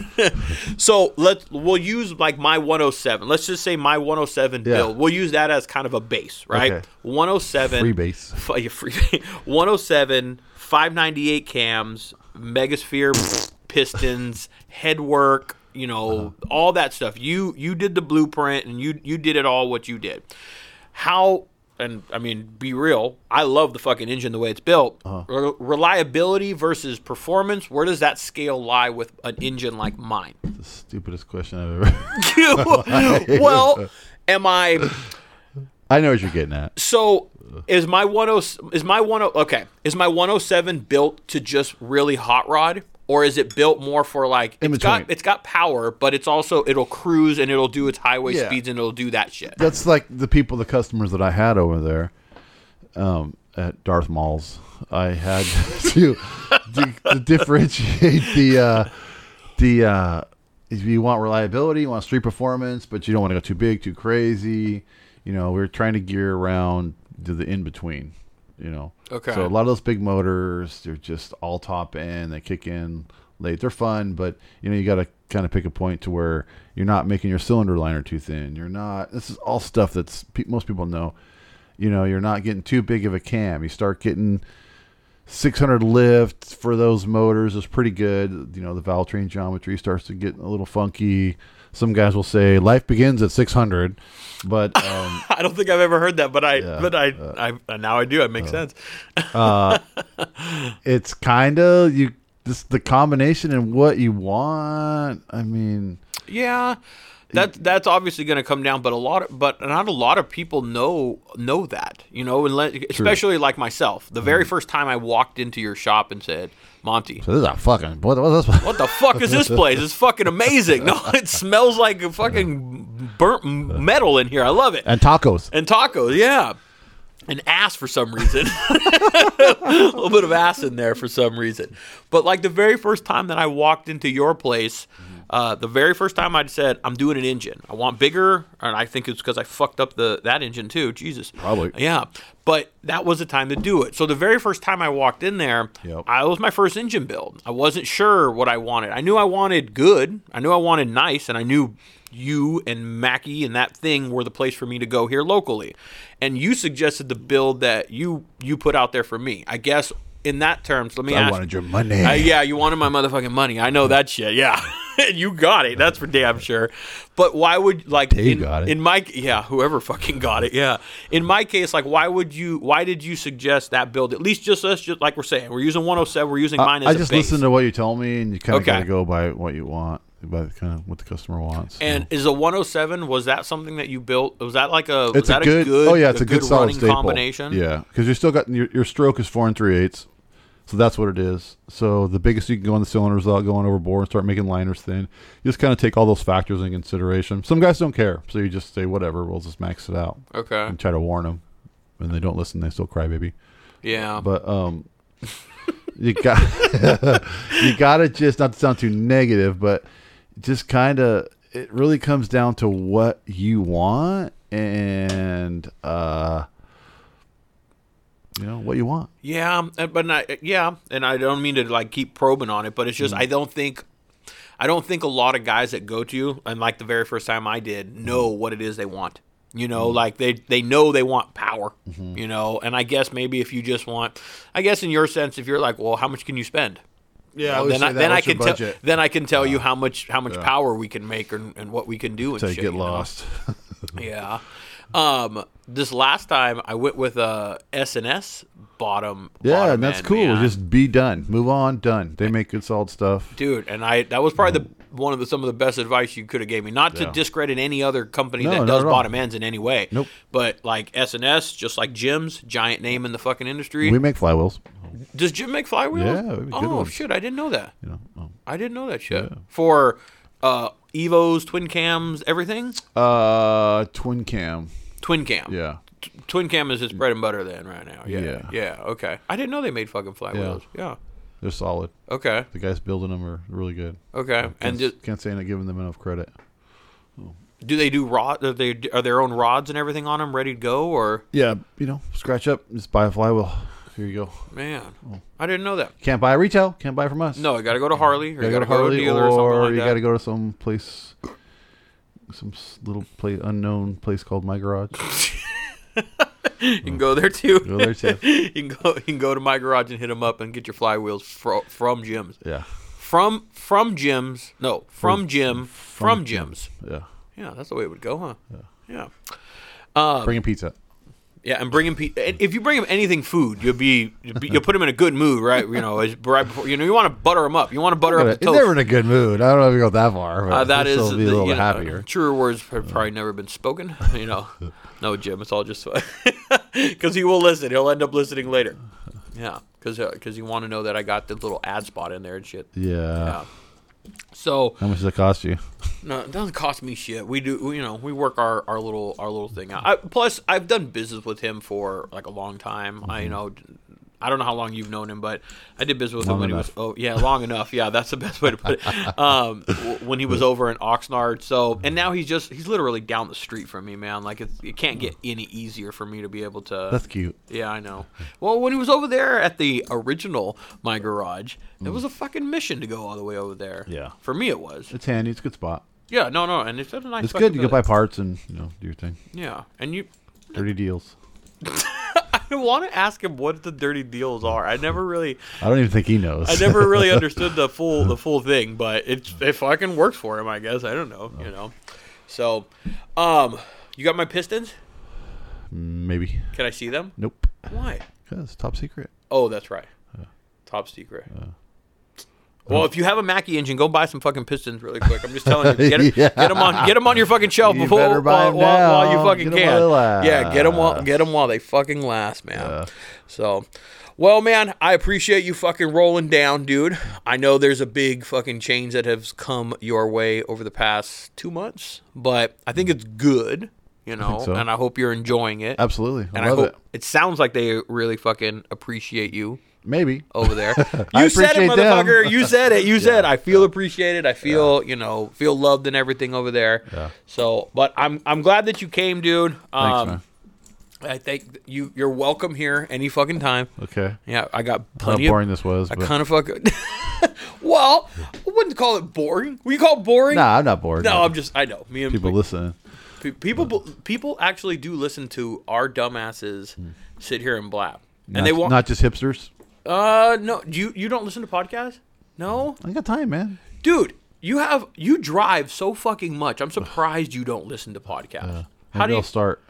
A: so let's we'll use like my 107. Let's just say my 107
B: Yeah.
A: build. We'll use that as kind of a base, right?
B: Okay.
A: 107
B: Free base.
A: F- yeah, free 107 598 cams, Megasphere pistons, headwork, you know, all that stuff. You you did the blueprint and you you did it all what you did. How and I mean, be real. I love the fucking engine the way it's built. Re- reliability versus performance. Where does that scale lie with an engine like mine?
B: The stupidest question I've ever.
A: well, am I
B: I know what you're getting at.
A: So is my 10 is my 10 okay, is my 107 built to just really hot rod or is it built more for like
B: In
A: it's got
B: between.
A: it's got power but it's also it'll cruise and it'll do its highway
B: Yeah.
A: speeds and it'll do that shit.
B: that's like the people, the customers that I had over there um, at Darth Maul's. I had to, to, to differentiate the uh, the uh, if you want reliability, you want street performance, but you don't want to go too big, too crazy. You know, we're trying to gear around to the in between. You know,
A: Okay.
B: So a lot of those big motors, they're just all top end. They kick in late. They're fun, but you know you got to kind of pick a point to where you're not making your cylinder liner too thin. You're not. This is all stuff that's pe- most people know. You know, you're not getting too big of a cam. You start getting 600 lift for those motors is pretty good. You know, the valve train geometry starts to get a little funky. Some guys will say life begins at 600, but um,
A: I don't think I've ever heard that but I
B: Yeah, Uh-huh.
A: but I, I now I do. It makes sense.
B: it's kind of you. Just the combination and what you want. I mean,
A: Yeah. That that's obviously going to come down, but a lot, of, but not a lot of people know know that, you know, unless, especially like myself. The
B: Mm-hmm.
A: very first time I walked into your shop and said, "Monty,
B: so this is a fucking what, what's this?
A: What the fuck is this place? It's fucking amazing. No, it smells like a fucking burnt m- metal in here. I love it.
B: and tacos.
A: And tacos, yeah. And ass for some reason. a little bit of ass in there for some reason. But like the very first time that I walked into your place, uh, the very first time I said, I'm doing an engine. I want bigger. And I think it's because I fucked up the that engine too. Jesus.
B: Probably.
A: Yeah. But that was the time to do it. So the very first time I walked in there,
B: Yep.
A: I was my first engine build. I wasn't sure what I wanted. I knew I wanted good. I knew I wanted nice, and I knew you and Mackie and that thing were the place for me to go here locally. And you suggested the build that you you put out there for me. I guess in that terms, let me
B: I
A: ask.
B: wanted your money.
A: Uh, yeah, you wanted my motherfucking money. I know that shit. Yeah. you got it. That's for damn sure. But why would like
B: Dave
A: in,
B: got it.
A: in my yeah, whoever fucking got it. Yeah. In my case, like why would you why did you suggest that build? At least just us just like oh we're saying, we're using 107, we're using mine as
B: I
A: a
B: just
A: base.
B: listen to what you tell me, and you kind of
A: Okay.
B: gotta go by what you want. about kind of what the customer wants. you
A: And
B: know.
A: is a 107 was that something that you built? Was that like a was
B: it's a
A: that
B: good, oh yeah, it's a, good, solid
A: running
B: staple.
A: combination?
B: Yeah, because you're still got your, your stroke is four and three eighths, so that's what it is. So the biggest you can go on the cylinders without going overboard and start making liners thin. You just kind of take all those factors in consideration. Some guys don't care, so you just say whatever. We'll just max it out
A: Okay.
B: and try to warn them, and they don't listen. They still cry baby.
A: Yeah.
B: but um you got you got to just not to sound too negative but just kind of it really comes down to what you want and uh you know what you want
A: Yeah, uh, but not, yeah, and I don't mean to like keep probing on it, but it's just I don't think I don't think a lot of guys that go to you and like the very first time I did know what it is they want. You know, like they they know they want power. You know, and I guess maybe if you just want, I guess in your sense, if you're like, well, how much can you spend?
B: yeah
A: then I, then I can tell then I can tell you how much how much power we can make and, and what we can do and
B: to
A: shit,
B: get
A: you know?
B: lost
A: Yeah. Um, this last time I went with a S bottom.
B: yeah
A: bottom
B: and that's
A: end,
B: cool
A: man.
B: just be done move on done they make good solid stuff
A: dude and i that was probably the one of the some of the best advice you could have gave me not to
B: Yeah.
A: discredit any other company
B: No,
A: that
B: not
A: does
B: at all.
A: bottom ends in any way
B: Nope.
A: but like sns just like jim's giant name in the fucking industry
B: we make flywheels
A: does jim make flywheels
B: Yeah, we make good
A: oh
B: ones.
A: shit i didn't know that
B: you know um,
A: i didn't know that shit for uh evos twin cams everything
B: uh twin cam
A: twin cam
B: yeah
A: T- twin cam is his bread and butter then right now yeah yeah,
B: Yeah.
A: okay i didn't know they made fucking flywheels yeah,
B: they're solid
A: okay
B: the guys building them are really good
A: okay and
B: Can't-
A: do,
B: can't say I'm not giving them enough credit.
A: do they do rod are they are their own rods and everything on them ready to go or
B: Yeah, you know, scratch up, just buy a flywheel. Here you go.
A: Man, I didn't know that.
B: Can't buy retail. Can't buy from us.
A: No, you got to go to Harley, or
B: gotta
A: you
B: go to Harley,
A: a dealer, or, something
B: or,
A: like
B: you
A: that.
B: gotta go to some place, some s- little place, unknown place called My Garage.
A: you can go there too.
B: Go there too.
A: you can go. You can go to my garage and hit them up and get your flywheels fro- from Jim's.
B: yeah,
A: From from Jim's. No, from Jim. From, Jim's.
B: yeah.
A: Yeah, that's the way it would go, huh? Yeah. Yeah, Uh,
B: Bringing pizza.
A: and bring him. Pe- and if you bring him anything food, you'll be, you'll be- you'll put him in a good mood, right? You know, as, right before you know, you want to butter him up. You want to butter up the
B: He's
A: toast.
B: never in a good mood. I don't know if you go that far. But
A: Uh, that is
B: he'll still be a
A: the-
B: little
A: you know,
B: happier.
A: Truer words have probably never been spoken. You know, no, Jim, it's all just because he will listen. He'll end up listening later. Yeah, because because you want to know that I got the little ad spot in there and shit.
B: yeah.
A: Yeah. So
B: How much does it cost you?
A: no, it doesn't cost me shit. We do, we, you know, we work our, our little our little thing out. I, plus, I've done business with him for like a long time. I
B: Mm-hmm.
A: you know, I don't know how long you've known him, but I did business with him
B: Long
A: when he was oh yeah, long enough. Yeah, that's the best way to put it. Um, w- when he was over in Oxnard, so and now he's just he's literally down the street from me, man. Like it's, it can't get any easier for me to be able to.
B: That's cute.
A: Yeah, I know. Well, when he was over there at the original my garage, it was a fucking mission to go all the way over there.
B: Mm-hmm. Yeah.
A: for me it was.
B: It's handy. It's a good spot.
A: Yeah, no, no, and it's a nice.
B: It's
A: fucking
B: good. You can buy
A: building.
B: parts and you know do your thing.
A: Yeah, and you.
B: Dirty deals.
A: I want to ask him what the dirty deals are. I never really,
B: I don't even think he knows.
A: I never really understood the full the full thing, but it it fucking worked for him, I guess. I don't know,
B: Oh.
A: you know. So, um, you got my Pistons?
B: Maybe.
A: Can I see them?
B: Nope.
A: Why?
B: It's top secret.
A: Oh, that's right. Top secret. well, if you have a Mackie engine, go buy some fucking pistons really quick. I'm just telling you, get them,
B: Yeah.
A: on, get 'em on your fucking shelf
B: You
A: before
B: better
A: while,
B: buy 'em
A: while, while you
B: now.
A: fucking
B: Get 'em
A: can.
B: while they
A: yeah, get them while get 'em while they fucking last, man. So, well, man, I appreciate you fucking rolling down, dude. I know there's a big fucking change that has come your way over the past two months, but I think it's good, you know,
B: so.
A: and I hope you're enjoying it.
B: Absolutely. I
A: And I,
B: love
A: hope
B: it.
A: it. sounds like they really fucking appreciate you
B: Maybe.
A: over there.
B: I
A: You said it,
B: appreciate them.
A: motherfucker. You said it. You said I feel appreciated. I feel you know feel loved and everything over there. So, but I'm I'm glad that you came, dude.
B: Thanks,
A: Um,
B: man.
A: I think you you're welcome here any fucking time.
B: Okay.
A: Yeah, I got
B: How
A: plenty.
B: boring
A: of,
B: this was.
A: I
B: but-
A: kind of fucking. well, I wouldn't call it boring. Would you call it boring?
B: Nah, I'm not bored.
A: No, I'm just I know me and
B: people listening.
A: Pe- People bel- people actually do listen to our dumbasses sit here and blab, and
B: Hmm. not,
A: they want.
B: not just hipsters.
A: uh, no, do you you don't listen to podcasts? No,
B: I ain't got time, man.
A: dude, you have you drive so fucking much. I'm surprised you don't listen to podcasts. How
B: Maybe
A: do you,
B: I'll start?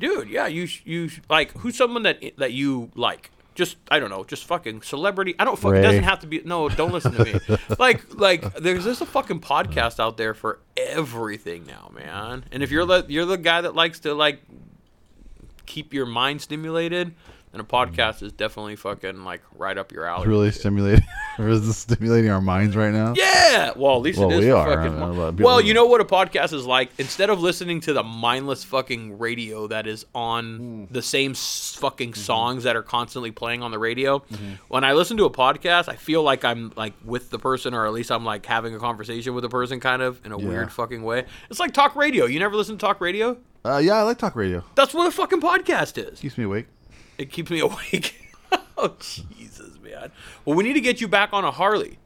A: dude? Yeah, you sh- you sh- like who's someone that that you like? just I don't know, just fucking celebrity. I don't fuck.
B: Ray.
A: It doesn't have to be. No, don't listen to me. like like there's there's a fucking podcast out there for everything now, man. And if you're the you're the guy that likes to like keep your mind stimulated, then a podcast is definitely fucking like right up your alley.
B: It's really stimulating. is this stimulating our minds right now?
A: Yeah. Well, at least
B: Well,
A: it is
B: we
A: for
B: are.
A: fucking.
B: I don't know about people
A: well,
B: who-
A: you know what a podcast is like. Instead of listening to the mindless fucking radio that is
B: Hmm.
A: on the same s- fucking
B: Mm-hmm.
A: songs that are constantly playing on the radio, when I listen to a podcast, I feel like I'm like with the person, or at least I'm like having a conversation with the person, kind of in a weird fucking way. It's like talk radio. You never listen to talk radio.
B: Uh, yeah, I like talk radio.
A: That's what a fucking podcast is.
B: Keeps me awake.
A: It keeps me awake. oh Jesus, man. Well, we need to get you back on a Harley.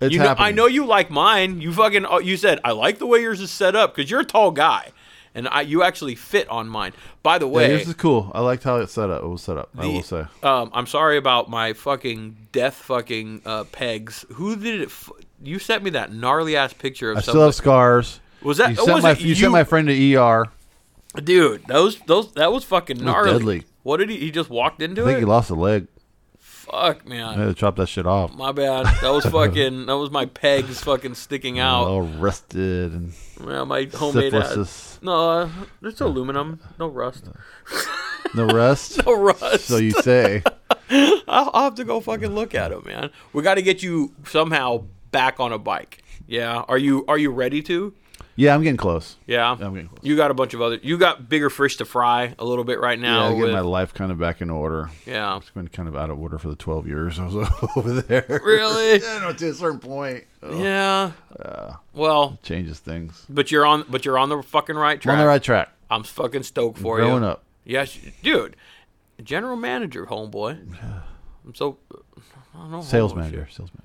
B: It's
A: You know,
B: happening.
A: I know you like mine. You fucking oh, you said I like the way yours is set up because you're a tall guy, and I you actually fit on mine. By the
B: Yeah,
A: way,
B: yours is cool. I liked how it's set up. It was set up. I
A: the-
B: will say.
A: um, I'm sorry about my fucking death fucking uh, pegs. Who did it? F- you sent me that gnarly ass picture of
B: I still have scars.
A: Was that-
B: you
A: oh,
B: sent
A: was
B: my
A: it
B: you, sent
A: you-
B: my friend to ER?
A: something. dude. Those those that was fucking gnarly.
B: deadly.
A: What did he? He just walked into
B: I think
A: it.
B: he lost a leg.
A: Fuck
B: I
A: man,
B: had to chop that shit off.
A: my bad. That was fucking. that was my pegs fucking sticking out.
B: All rusted and
A: Yeah, my homemade ass.
B: syphilis.
A: No, uh, it's aluminum. No rust.
B: The rest.
A: No rust.
B: So you say.
A: I'll, I'll have to go fucking look at it, man. We got to get you somehow back on a bike. Yeah, are you are you ready to?
B: Yeah, I'm getting close.
A: Yeah,
B: I'm getting close.
A: You got a bunch of other. You got bigger fish to fry a little bit right
B: Yeah,
A: now.
B: I
A: with,
B: get my life kind of back in order.
A: yeah.
B: It's been kind of out of order for the 12 years I was over there.
A: Really?
B: I know, to a certain point. Ugh,
A: Yeah. well,
B: Changes things.
A: but you're on. But you're on the fucking right
B: I'm
A: track.
B: on the right track.
A: I'm fucking stoked for you.
B: Growing up.
A: Yes, dude. General manager, homeboy. I'm so. I don't know.
B: Sales
A: homeboy
B: manager.
A: Oh, shit.
B: Sales manager.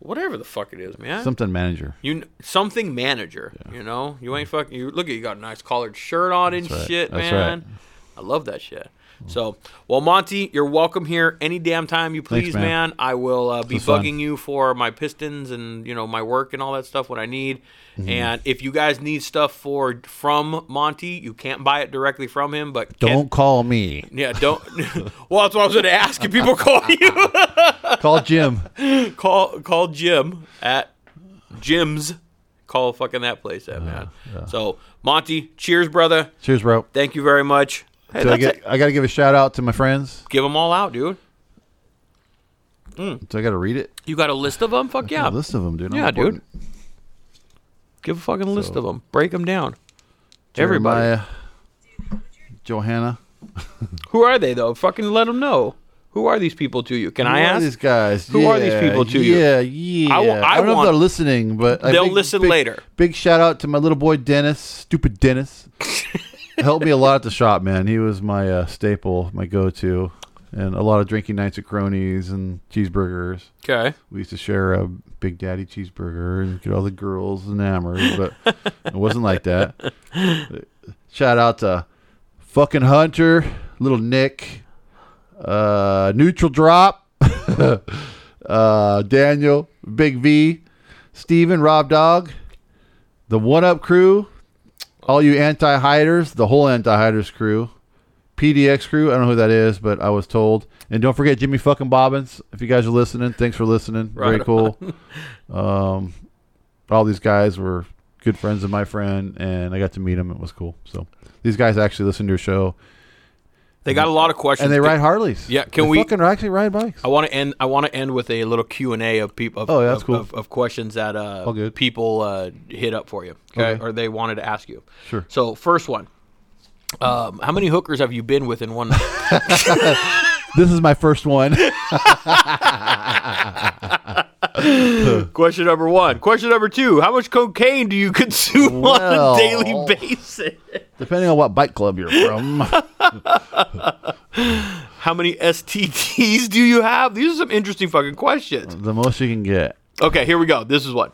A: Whatever the fuck it is, man.
B: Something manager.
A: You kn- something manager, you know. You ain't fucking. You look at you got a nice collared shirt on and
B: That's right.
A: shit,
B: That's
A: man. I love that shit. So, well, Monty, you're welcome here any damn time you please,
B: man.
A: man. I will uh, be
B: was fun.
A: bugging you for my Pistons and you know my work and all that stuff when I need.
B: Mm-hmm.
A: And if you guys need stuff for from Monty, you can't buy it directly from him, but can-
B: Don't call me.
A: yeah, don't. well, that's what I was going to ask. If people call you,
B: Call Jim.
A: call call Jim at Jim's. Call fucking that place at man. So Monty, cheers, brother.
B: Cheers, bro.
A: Thank you very much. Hey,
B: Do I
A: that's
B: get?
A: it.
B: I gotta give a shout out to my friends.
A: Give them all out, dude.
B: Do I gotta read it?
A: You got a list of them? Fuck yeah.
B: A list of them, dude. I'm
A: Yeah, dude.
B: important.
A: Give a fucking list of them. Break them down. Everybody.
B: Jeremiah, Johanna.
A: Who are they though? Fucking let them know. Who are these people to you? Can I
B: Who are
A: ask?
B: these guys?
A: Who are these
B: Yeah,
A: people to you?
B: yeah, Yeah,
A: I
B: I
A: wa- I
B: don't know if
A: want-
B: they're listening, but a
A: They'll listen later.
B: Big shout out to my little boy Dennis, stupid Dennis. Helped me a lot at the shop, man. He was my uh, staple, my go-to, and a lot of drinking nights at cronies and cheeseburgers.
A: okay.
B: We used to share a Big Daddy cheeseburger and get all the girls enamored, but it wasn't like that. Shout out to fucking Hunter, little Nick, uh, Neutral Drop, uh, Daniel, Big V, Steven, Rob Dog, the One Up crew, all you anti hiders, the whole anti hiders crew. PDX crew. I don't know who that is, but I was told. And don't forget Jimmy fucking Bobbins. If you guys are listening, thanks for listening. Very
A: Right
B: cool. um, all these guys were good friends of my friend, and I got to meet him. It was cool. So these guys actually listen to your show,
A: They got a lot of questions.
B: and they
A: Can-
B: ride Harleys.
A: Yeah, can
B: They
A: we-
B: fucking actually ride bikes?
A: I want to end. I want to end with a little Q and A of people. Of,
B: Oh, yeah, that's
A: of,
B: cool.
A: Of, of questions that uh,
B: All good.
A: people uh, hit up for you, okay?
B: Okay.
A: or they wanted to ask you.
B: Sure.
A: So first one, um, how many hookers have you been with in one night?
B: This is my first one.
A: Question number one. Question number two. How much cocaine do you consume on
B: Well.
A: a daily basis?
B: Depending on what bike club you're from,
A: How many STDs do you have? These are some interesting fucking questions.
B: the most you can get.
A: Okay, here we go. This is what.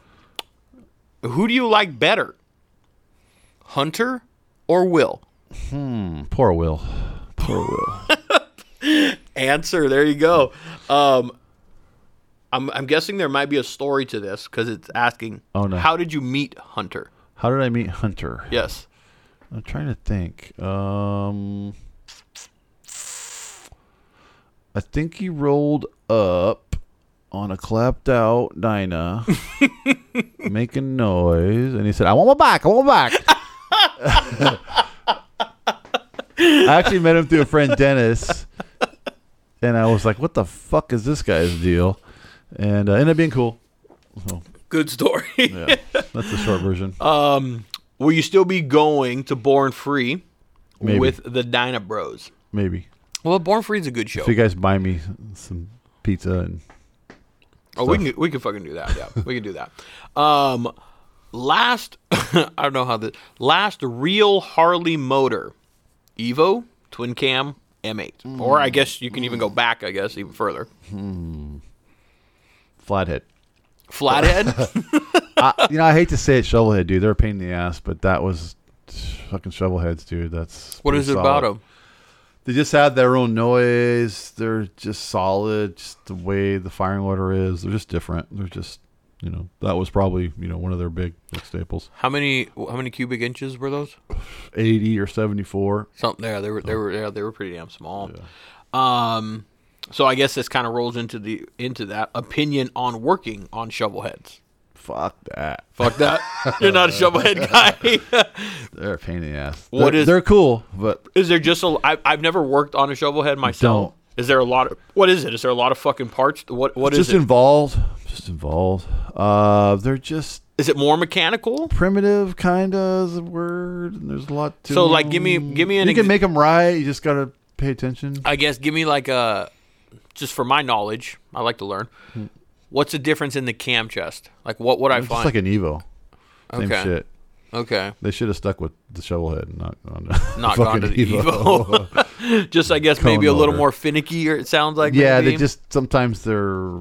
A: Who do you like better, Hunter or Will?
B: Poor Will. Poor Will.
A: answer. There you go. Um, I'm, I'm guessing there might be a story to this because it's asking,
B: Oh, no.
A: How did you meet Hunter?
B: How did I meet Hunter?
A: Yes.
B: I'm trying to think. Um, I think he rolled up on a clapped out Dinah, making noise, and he said, "I want my back. I want my back." I actually met him through a friend, Dennis, and I was like, "What the fuck is this guy's deal?" And uh, ended up being cool.
A: Good story.
B: Yeah, that's the short version.
D: Um, Will you still be going to Born Free
B: Maybe.
D: with the Dyna Bros?
B: Maybe
A: Well, Born Free's a good show.
B: if you guys buy me some pizza and
D: Oh, we can we can fucking do that. Yeah, we can do that. Um, last I don't know how the last real Harley motor, Evo twin cam M8, or I guess you can even go back. I guess even further,
B: flathead.
D: flathead.
B: I, you know, I hate to say it, shovelhead, dude. They're a pain in the ass, but that was fucking shovelheads, dude. That's
A: what
B: pretty
A: is it
B: solid.
A: about him?
B: They just have their own noise. They're just solid. Just the way the firing order is, they're just different. They're just, you know, that was probably you know one of their big like, staples.
A: How many how many cubic inches were those?
B: Eighty or seventy four.
D: Something there. They were they were yeah, they were pretty damn small. Um, so I guess this kind of rolls into the into that opinion on working on shovel heads.
B: Fuck that.
D: Fuck that. You're not a shovel head guy.
B: They're a pain in the ass.
D: What
B: they're,
D: is-
B: They're cool, but
D: Is there just a? I, I've never worked on a shovel head myself.
B: Don't.
D: Is there a lot of what is it? Is there a lot of fucking parts? What what is
B: just
D: it? Is
B: involved. Just involved. Uh, they're just
D: it more mechanical?
B: primitive kind of is a word and there's a lot to
A: So, like, give me-
B: them.
A: give me an
B: you can
A: ex-
B: make them right you just gotta pay attention
A: I guess give me like a just for my knowledge. I like to learn. What's the difference in the cam chest? Like what would I
B: it's Hmm. just
A: find?
B: like an evo same
A: Okay.
B: shit
A: okay,
B: they should have stuck with the shovel head and not gone to,
A: not
B: fucking
A: gone to the Evo. just I guess maybe a
B: Cone
A: little
B: motor.
A: more finicky. Or it sounds like
B: yeah
A: maybe.
B: they just sometimes they're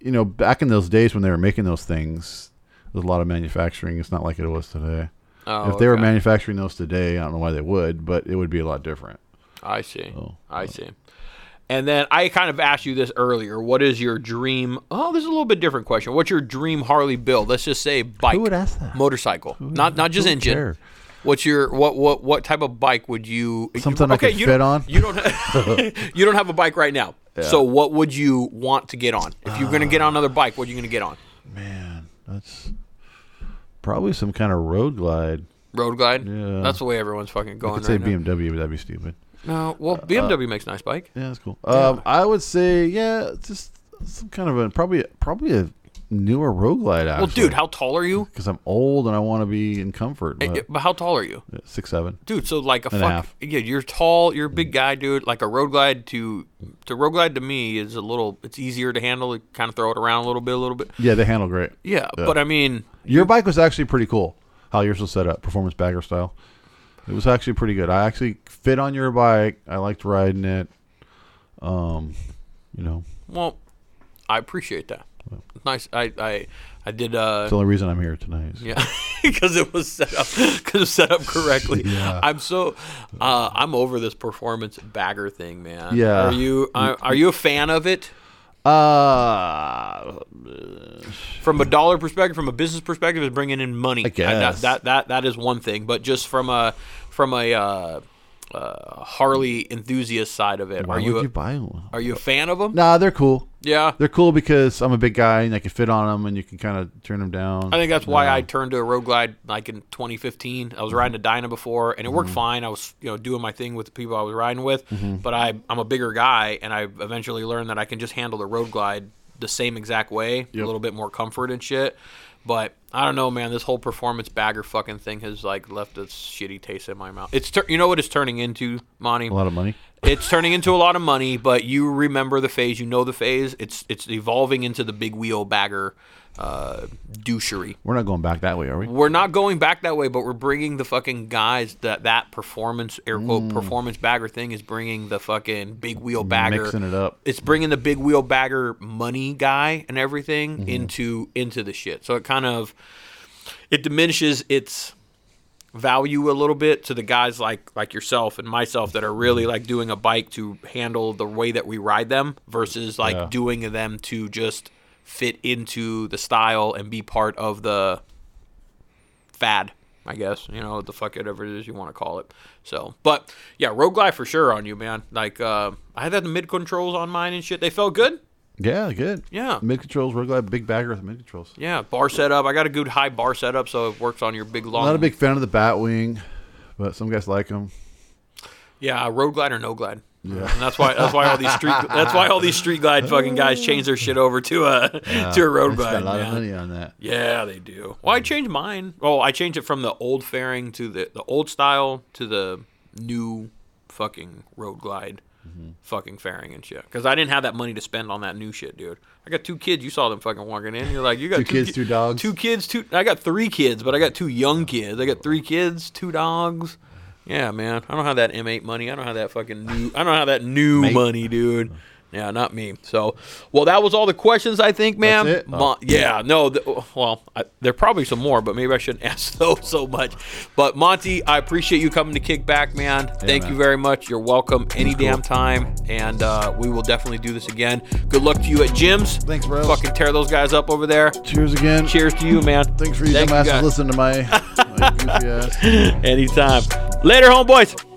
B: you know back in those days when they were making those things there's a lot of manufacturing it's not like it was today
A: Oh,
B: if they were
A: okay.
B: manufacturing those today i don't know why they would but it would be a lot different
A: I see.
B: Oh,
A: I see. And then I kind of asked you this earlier. What is your dream? Oh, this is a little bit different question. What's your dream Harley build? Let's just say bike.
B: would ask that?
A: Motorcycle. not not just
B: who would
A: engine.
B: care?
A: What's your what what what type of bike would you
B: Something I could
A: you
B: fit
A: don't-
B: on.
A: You don't you don't have a bike right now. So what would you want to get on? If you're going to get on another bike, what are you going to get on?
B: man that's probably some kind of road glide
A: Road Glide.
B: Yeah.
A: That's the way everyone's fucking
B: I
A: going
B: could say
A: right now.
B: BMW, but that'd be stupid.
A: No, well BMW makes nice bike.
B: Uh, Yeah, that's cool. Um, I would say, yeah, it's just some kind of a probably probably a newer roguelite.
A: Well,
B: Actually.
A: dude, how tall are you?
B: because I'm old and I want to be in comfort. But,
A: But how tall are you?
B: yeah, six seven.
A: dude. So like a
B: And a
A: fuck,
B: half.
A: yeah. You're tall. You're a big guy, dude. Like a road glide to to road glide to me is a little. It's easier to handle. You kind of throw it around a little bit, a little bit.
B: Yeah, they handle great.
A: Yeah, but I mean,
B: Your bike was actually pretty cool. How yours was set up, performance bagger style. It was actually pretty good. I actually fit on your bike. I liked riding it. Um, you know,
A: well, I appreciate that. It's nice. I I I did. uh
B: it's the only reason I'm here tonight. is-
A: Yeah, because it was set up because was set up correctly.
B: Yeah.
A: I'm so uh, I'm over this performance bagger thing, man.
B: Yeah.
A: Are you are, are you a fan of it?
B: Uh,
A: from a dollar perspective, from a business perspective, is bringing in money. I
B: guess.
A: that, that that that is one thing, but just from a from a uh, uh, Harley enthusiast side of it,
B: why
A: are you,
B: would
A: a,
B: you buy one?
A: are you a fan of them?
B: Nah, they're cool.
A: Yeah,
B: They're cool because I'm a big guy and I can fit on them and you can kind of turn them down.
A: I think that's why I turned to a Road Glide like in 2015. I was riding a Dyna before, and it worked fine. I was you know doing my thing with the people I was riding with, but I I'm a bigger guy, and I eventually learned that I can just handle the Road Glide the same exact way, a little bit more comfort and shit. But I don't know, man. This whole performance bagger fucking thing has like left a shitty taste in my mouth. It's tur- you know what it's turning into, Monty.
B: a lot of money.
A: It's turning into a lot of money, but you remember the phase. You know the phase. It's it's evolving into the big wheel bagger uh, douchery.
B: We're not going back that way, are we?
A: We're not going back that way, but we're bringing the fucking guys that that performance air quote
B: Mm.
A: performance bagger thing is bringing the fucking big wheel bagger.
B: Mixing it up.
A: It's bringing the big wheel bagger money guy and everything
B: Mm-hmm.
A: into into the shit. So it kind of it diminishes its value a little bit to the guys like like yourself and myself that are really like doing a bike to handle the way that we ride them versus like
B: Yeah.
A: doing them to just fit into the style and be part of the fad. I guess. You know, what the fuck it ever is you want to call it. So, but yeah, roguelike for sure on you, man. Like, uh, I had the mid controls on mine and shit. They felt good.
B: Yeah, good.
A: Yeah.
B: Mid controls, we're glad big bagger with mid controls.
A: Yeah, bar setup. I got a good high bar setup, so it works on your big long.
B: Not a big fan of the Batwing, but some guys like him.
A: Yeah, road glide or no glide. And that's why that's why all these street that's why all these street glide fucking guys change their shit over to a to a road glide.
B: Uh, Spent a lot of
A: man.
B: money on that.
A: Yeah, they do. Well, I changed mine. Oh, I changed it from the old fairing to the the old style to the new fucking road glide
B: Mm-hmm.
A: fucking fairing and shit. Because I didn't have that money to spend on that new shit, dude. I got two kids. You saw them fucking walking in. You're like, you got
B: Two kids, two dogs.
A: two kids, two. I got three kids, but I got two young kids. I got three kids, two dogs. Yeah, man. I don't have that M8 money. I don't have that fucking new. I don't have that new money, dude. Yeah, not me. So, well, that was all the questions I think, man.
B: That's it?
A: Mo-
B: Oh.
A: Uh, yeah, no. Th- well, I, there are probably some more, but maybe I shouldn't ask those so much. But Monty, I appreciate you coming to kick back, man. Thank
B: man.
A: you very much. You're welcome any damn time, and uh, we will definitely do this again. Good luck to you at gyms.
B: Thanks, bro.
A: Fucking tear those guys up over there.
B: Cheers again.
A: Cheers to you, man.
B: Thanks for you
A: Thank
B: dumbasses
A: guys.
B: listening to my, my goofy ass.
A: Anytime. Later, homeboys.